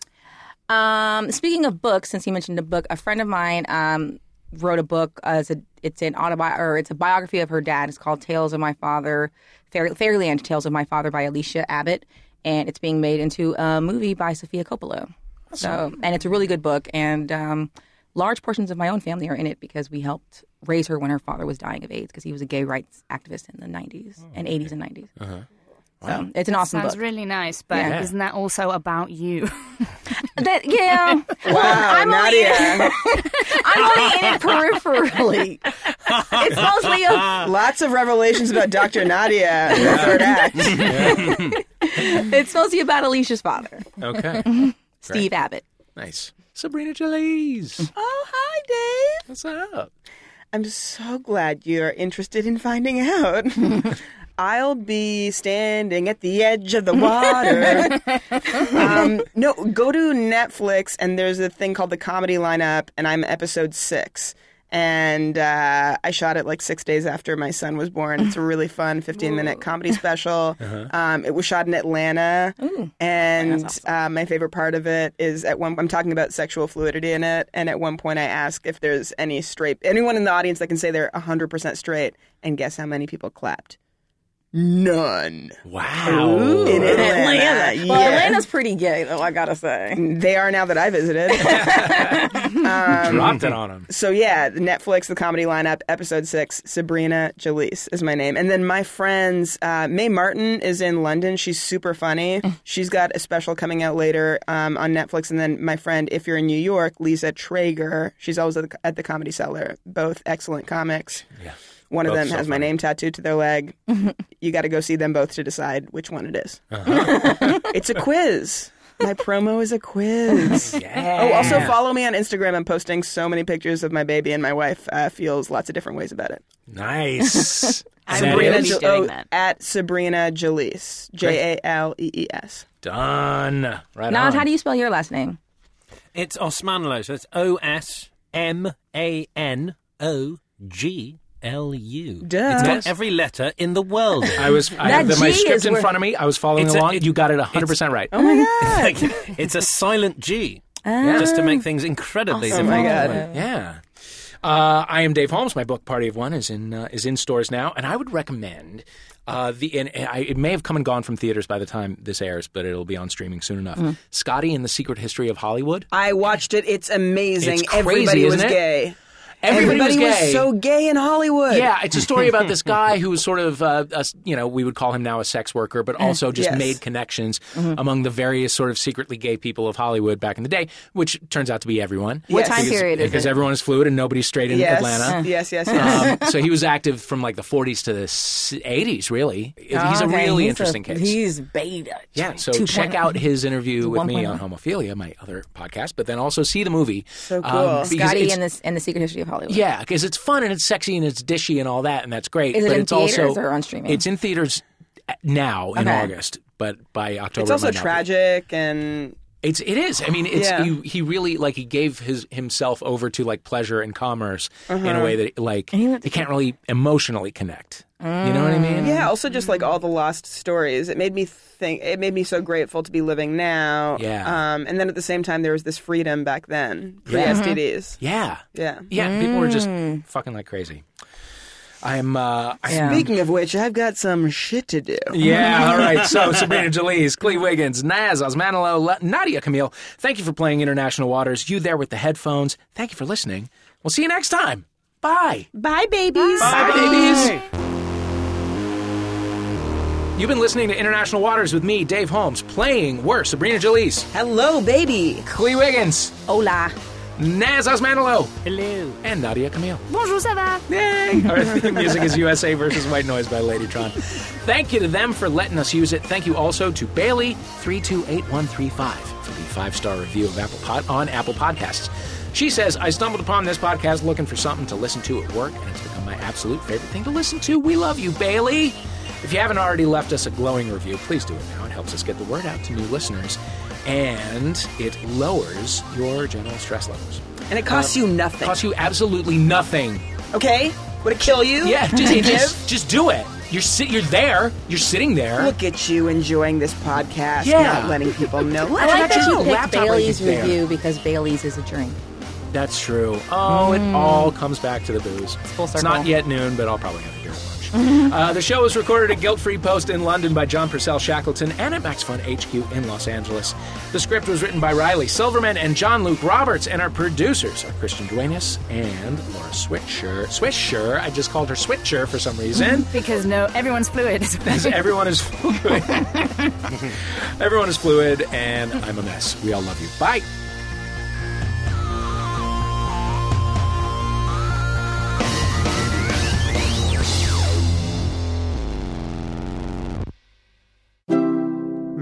Speaker 4: Um, speaking of books, since you mentioned a book, a friend of mine um, wrote a book. Uh, it's, a, it's an autobi- or it's a biography of her dad. It's called Tales of My Father, Fair- Fairyland Tales of My Father by Alicia Abbott, and it's being made into a movie by Sofia Coppola. So, and it's a really good book, and um, large portions of my own family are in it because we helped raise her when her father was dying of AIDS because he was a gay rights activist in the 90s and 80s and 90s.
Speaker 1: Uh-huh.
Speaker 4: So it's an
Speaker 3: That
Speaker 4: awesome
Speaker 3: sounds
Speaker 4: book.
Speaker 3: really nice, but
Speaker 4: Yeah.
Speaker 3: isn't that also about you?
Speaker 4: That, yeah. Well,
Speaker 3: Wow,
Speaker 4: I'm only,
Speaker 3: Nadia.
Speaker 4: I'm only in it peripherally. It's mostly a
Speaker 5: Lots of revelations about Dr. Nadia in the third act.
Speaker 4: it's mostly about Alicia's father.
Speaker 1: Okay.
Speaker 4: Steve
Speaker 1: Great.
Speaker 4: Abbott.
Speaker 1: Nice. Sabrina Jalise.
Speaker 5: Oh, hi, Dave.
Speaker 1: What's up?
Speaker 5: I'm so glad you're interested in finding out. I'll be standing at the edge of the water. um, no, go to Netflix, and there's a thing called the comedy lineup, and I'm episode six. And uh, I shot it like six days after my son was born. It's a really fun 15 minute comedy special.
Speaker 12: Uh-huh.
Speaker 5: Um, it was shot in Atlanta, and uh, my favorite part of it is at one. I'm talking about sexual fluidity in it, and at one point I ask if there's any straight, anyone in the audience that can say they're 100 percent straight, and guess how many people clapped? None.
Speaker 1: Wow.
Speaker 5: In Atlanta.
Speaker 12: Well,
Speaker 5: yeah.
Speaker 12: Atlanta's pretty gay, though, I gotta say.
Speaker 5: They are now that I visited. um,
Speaker 1: Dropped it on him.
Speaker 5: So yeah, the Netflix, the comedy lineup, episode six. Sabrina Jalise is my name, and then my friends uh, Mae Martin is in London. She's super funny. She's got a special coming out later um, on Netflix, and then my friend, if you're in New York, Lisa Traeger. She's always at the, at the Comedy Cellar. Both excellent comics.
Speaker 1: Yeah.
Speaker 5: One of
Speaker 1: Both
Speaker 5: them
Speaker 1: so
Speaker 5: has my
Speaker 1: funny.
Speaker 5: name tattooed to their leg. you got to go see them both to decide which one it is.
Speaker 1: Uh-huh.
Speaker 5: it's a quiz. My promo is a quiz. Oh, also follow me on Instagram. I'm posting so many pictures of my baby, and my wife uh, feels lots of different ways about it.
Speaker 1: Nice.
Speaker 5: I'm
Speaker 1: Is that
Speaker 5: Sabrina
Speaker 1: it?
Speaker 5: Jal- oh, at Sabrina Jalise, J A L E E S.
Speaker 1: Done. Right on.
Speaker 4: Nas, how do you spell your last name?
Speaker 2: It's Osmanlo, so it's O S M A N O G L U.
Speaker 5: Duh.
Speaker 2: It's got every letter in the world.
Speaker 1: I was. I have the, my script in front of me. I was following
Speaker 2: It's a-
Speaker 1: along.
Speaker 2: it-
Speaker 1: you got it 100 percent right.
Speaker 5: Oh my
Speaker 2: god! it's a silent G,
Speaker 1: Ah.
Speaker 2: just to make things incredibly.
Speaker 1: Awesome. Oh my
Speaker 2: difficult.
Speaker 1: God. Yeah. Uh, I am Dave Holmes. My book Party of One is in uh, is in stores now, and I would recommend. Uh, the and I, it may have come and gone from theaters by the time this airs, but it'll be on streaming soon enough.
Speaker 5: Mhm.
Speaker 1: Scotty and the Secret History of Hollywood.
Speaker 5: I watched it. It's amazing.
Speaker 1: It's crazy,
Speaker 5: Everybody was
Speaker 1: isn't it?
Speaker 5: gay.
Speaker 1: Everybody was gay.
Speaker 5: so gay in Hollywood.
Speaker 1: Yeah, it's a story about this guy who was sort of, uh, a, you know, we would call him now a sex worker, but also just
Speaker 5: Yes.
Speaker 1: made connections
Speaker 5: Mhm.
Speaker 1: among the various sort of secretly gay people of Hollywood back in the day, which turns out to be everyone.
Speaker 5: What time
Speaker 1: Because-
Speaker 5: period is
Speaker 1: Because
Speaker 5: it?
Speaker 1: everyone is fluid and nobody's straight in
Speaker 5: yes.
Speaker 1: Atlanta.
Speaker 5: Yes, yes, yes.
Speaker 1: Um, so he was active from like the 40s to the s- 80s, really.
Speaker 4: Oh,
Speaker 1: he's a
Speaker 12: Okay,
Speaker 1: really
Speaker 12: he's
Speaker 1: interesting case.
Speaker 12: He's beta.
Speaker 1: Yeah, so
Speaker 12: 2.0.
Speaker 1: check out his interview with me
Speaker 12: 1.1.
Speaker 1: on homophilia, my other podcast, but then also see the movie. So
Speaker 4: Scotty and the, and the Secret History of Hollywood.
Speaker 1: yeah, because it's fun and it's sexy and it's dishy and all that, and that's great.
Speaker 4: Is it
Speaker 1: but
Speaker 4: in
Speaker 1: it's
Speaker 4: theaters
Speaker 1: also
Speaker 4: or on streaming?
Speaker 1: It's in theaters uh, now in
Speaker 5: Okay.
Speaker 1: August, but by October
Speaker 5: it's
Speaker 1: it
Speaker 5: also
Speaker 1: might not be.
Speaker 5: tragic and
Speaker 1: It's it is. I mean, it's
Speaker 5: Yeah.
Speaker 1: he, he really like he gave his himself over to like pleasure and commerce in
Speaker 5: Uh-huh.
Speaker 1: a way that like he, can't really emotionally connect. You know what I mean?
Speaker 5: Yeah. Also, just like all the lost stories, it made me think. It made me so grateful to be living now.
Speaker 1: Yeah.
Speaker 5: Um, and then at the same time, there was this freedom back then. Free
Speaker 1: Yeah. Mhm.
Speaker 5: STDs.
Speaker 1: Yeah. Mm.
Speaker 5: Yeah.
Speaker 1: Yeah, people were just fucking like crazy. I'm uh I am
Speaker 5: Speaking of which, I've got some shit to do.
Speaker 1: Yeah, all right. So Sabrina Jalise, Clee Wiggins, Naz, Osmanolo, La- Nadia Camille, thank you for playing International Waters. You there with the headphones. Thank you for listening. We'll see you next time. Bye.
Speaker 5: Bye, babies.
Speaker 1: Bye, babies. You've been listening to International Waters with me, Dave Holmes, playing were Sabrina Jalise.
Speaker 5: Hello, baby.
Speaker 1: Clee Wiggins.
Speaker 4: Hola.
Speaker 1: Naz Osmanolo. Hello. And Nadia Camille.
Speaker 3: Bonjour, ça va?
Speaker 1: Yay! Our theme music is USA versus White Noise by Ladytron. Thank you to them for letting us use it. Thank you also to Bailey328135 for the five star review of Apple Pod on Apple Podcasts. She says, I stumbled upon this podcast looking for something to listen to at work, and it's become my absolute favorite thing to listen to. We love you, Bailey. If you haven't already left us a glowing review, please do it now. It helps us get the word out to new listeners, and it lowers your general stress levels.
Speaker 5: And it costs you nothing.
Speaker 1: Costs you absolutely nothing.
Speaker 5: Okay? Would it kill you?
Speaker 1: Yeah, just
Speaker 5: To give?
Speaker 1: just, just do it. You're sit. You're there. You're sitting there.
Speaker 5: Look at you enjoying this podcast,
Speaker 1: Yeah.
Speaker 5: not letting people know.
Speaker 4: I like that you picked
Speaker 1: laptop right
Speaker 4: Bailey's
Speaker 1: there.
Speaker 4: review because Bailey's is a drink.
Speaker 1: That's true. Oh, it
Speaker 4: Mm.
Speaker 1: all comes back to the booze. It's,
Speaker 4: full
Speaker 1: not
Speaker 4: circle.
Speaker 1: yet noon, but I'll probably have a beer at lunch. uh, the show was recorded at Guilt Free Post in London by John Purcell Shackleton and at Max Fun HQ in Los Angeles. The script was written by Riley Silverman and John Luke Roberts, and our producers are Christian Duenas and Laura Switcher. Swisher, I just called her Switcher for some reason.
Speaker 3: because no, everyone's fluid.
Speaker 1: Because everyone is fluid. everyone is fluid, and I'm a mess. We all love you. Bye.
Speaker 6: MaximumFun.org.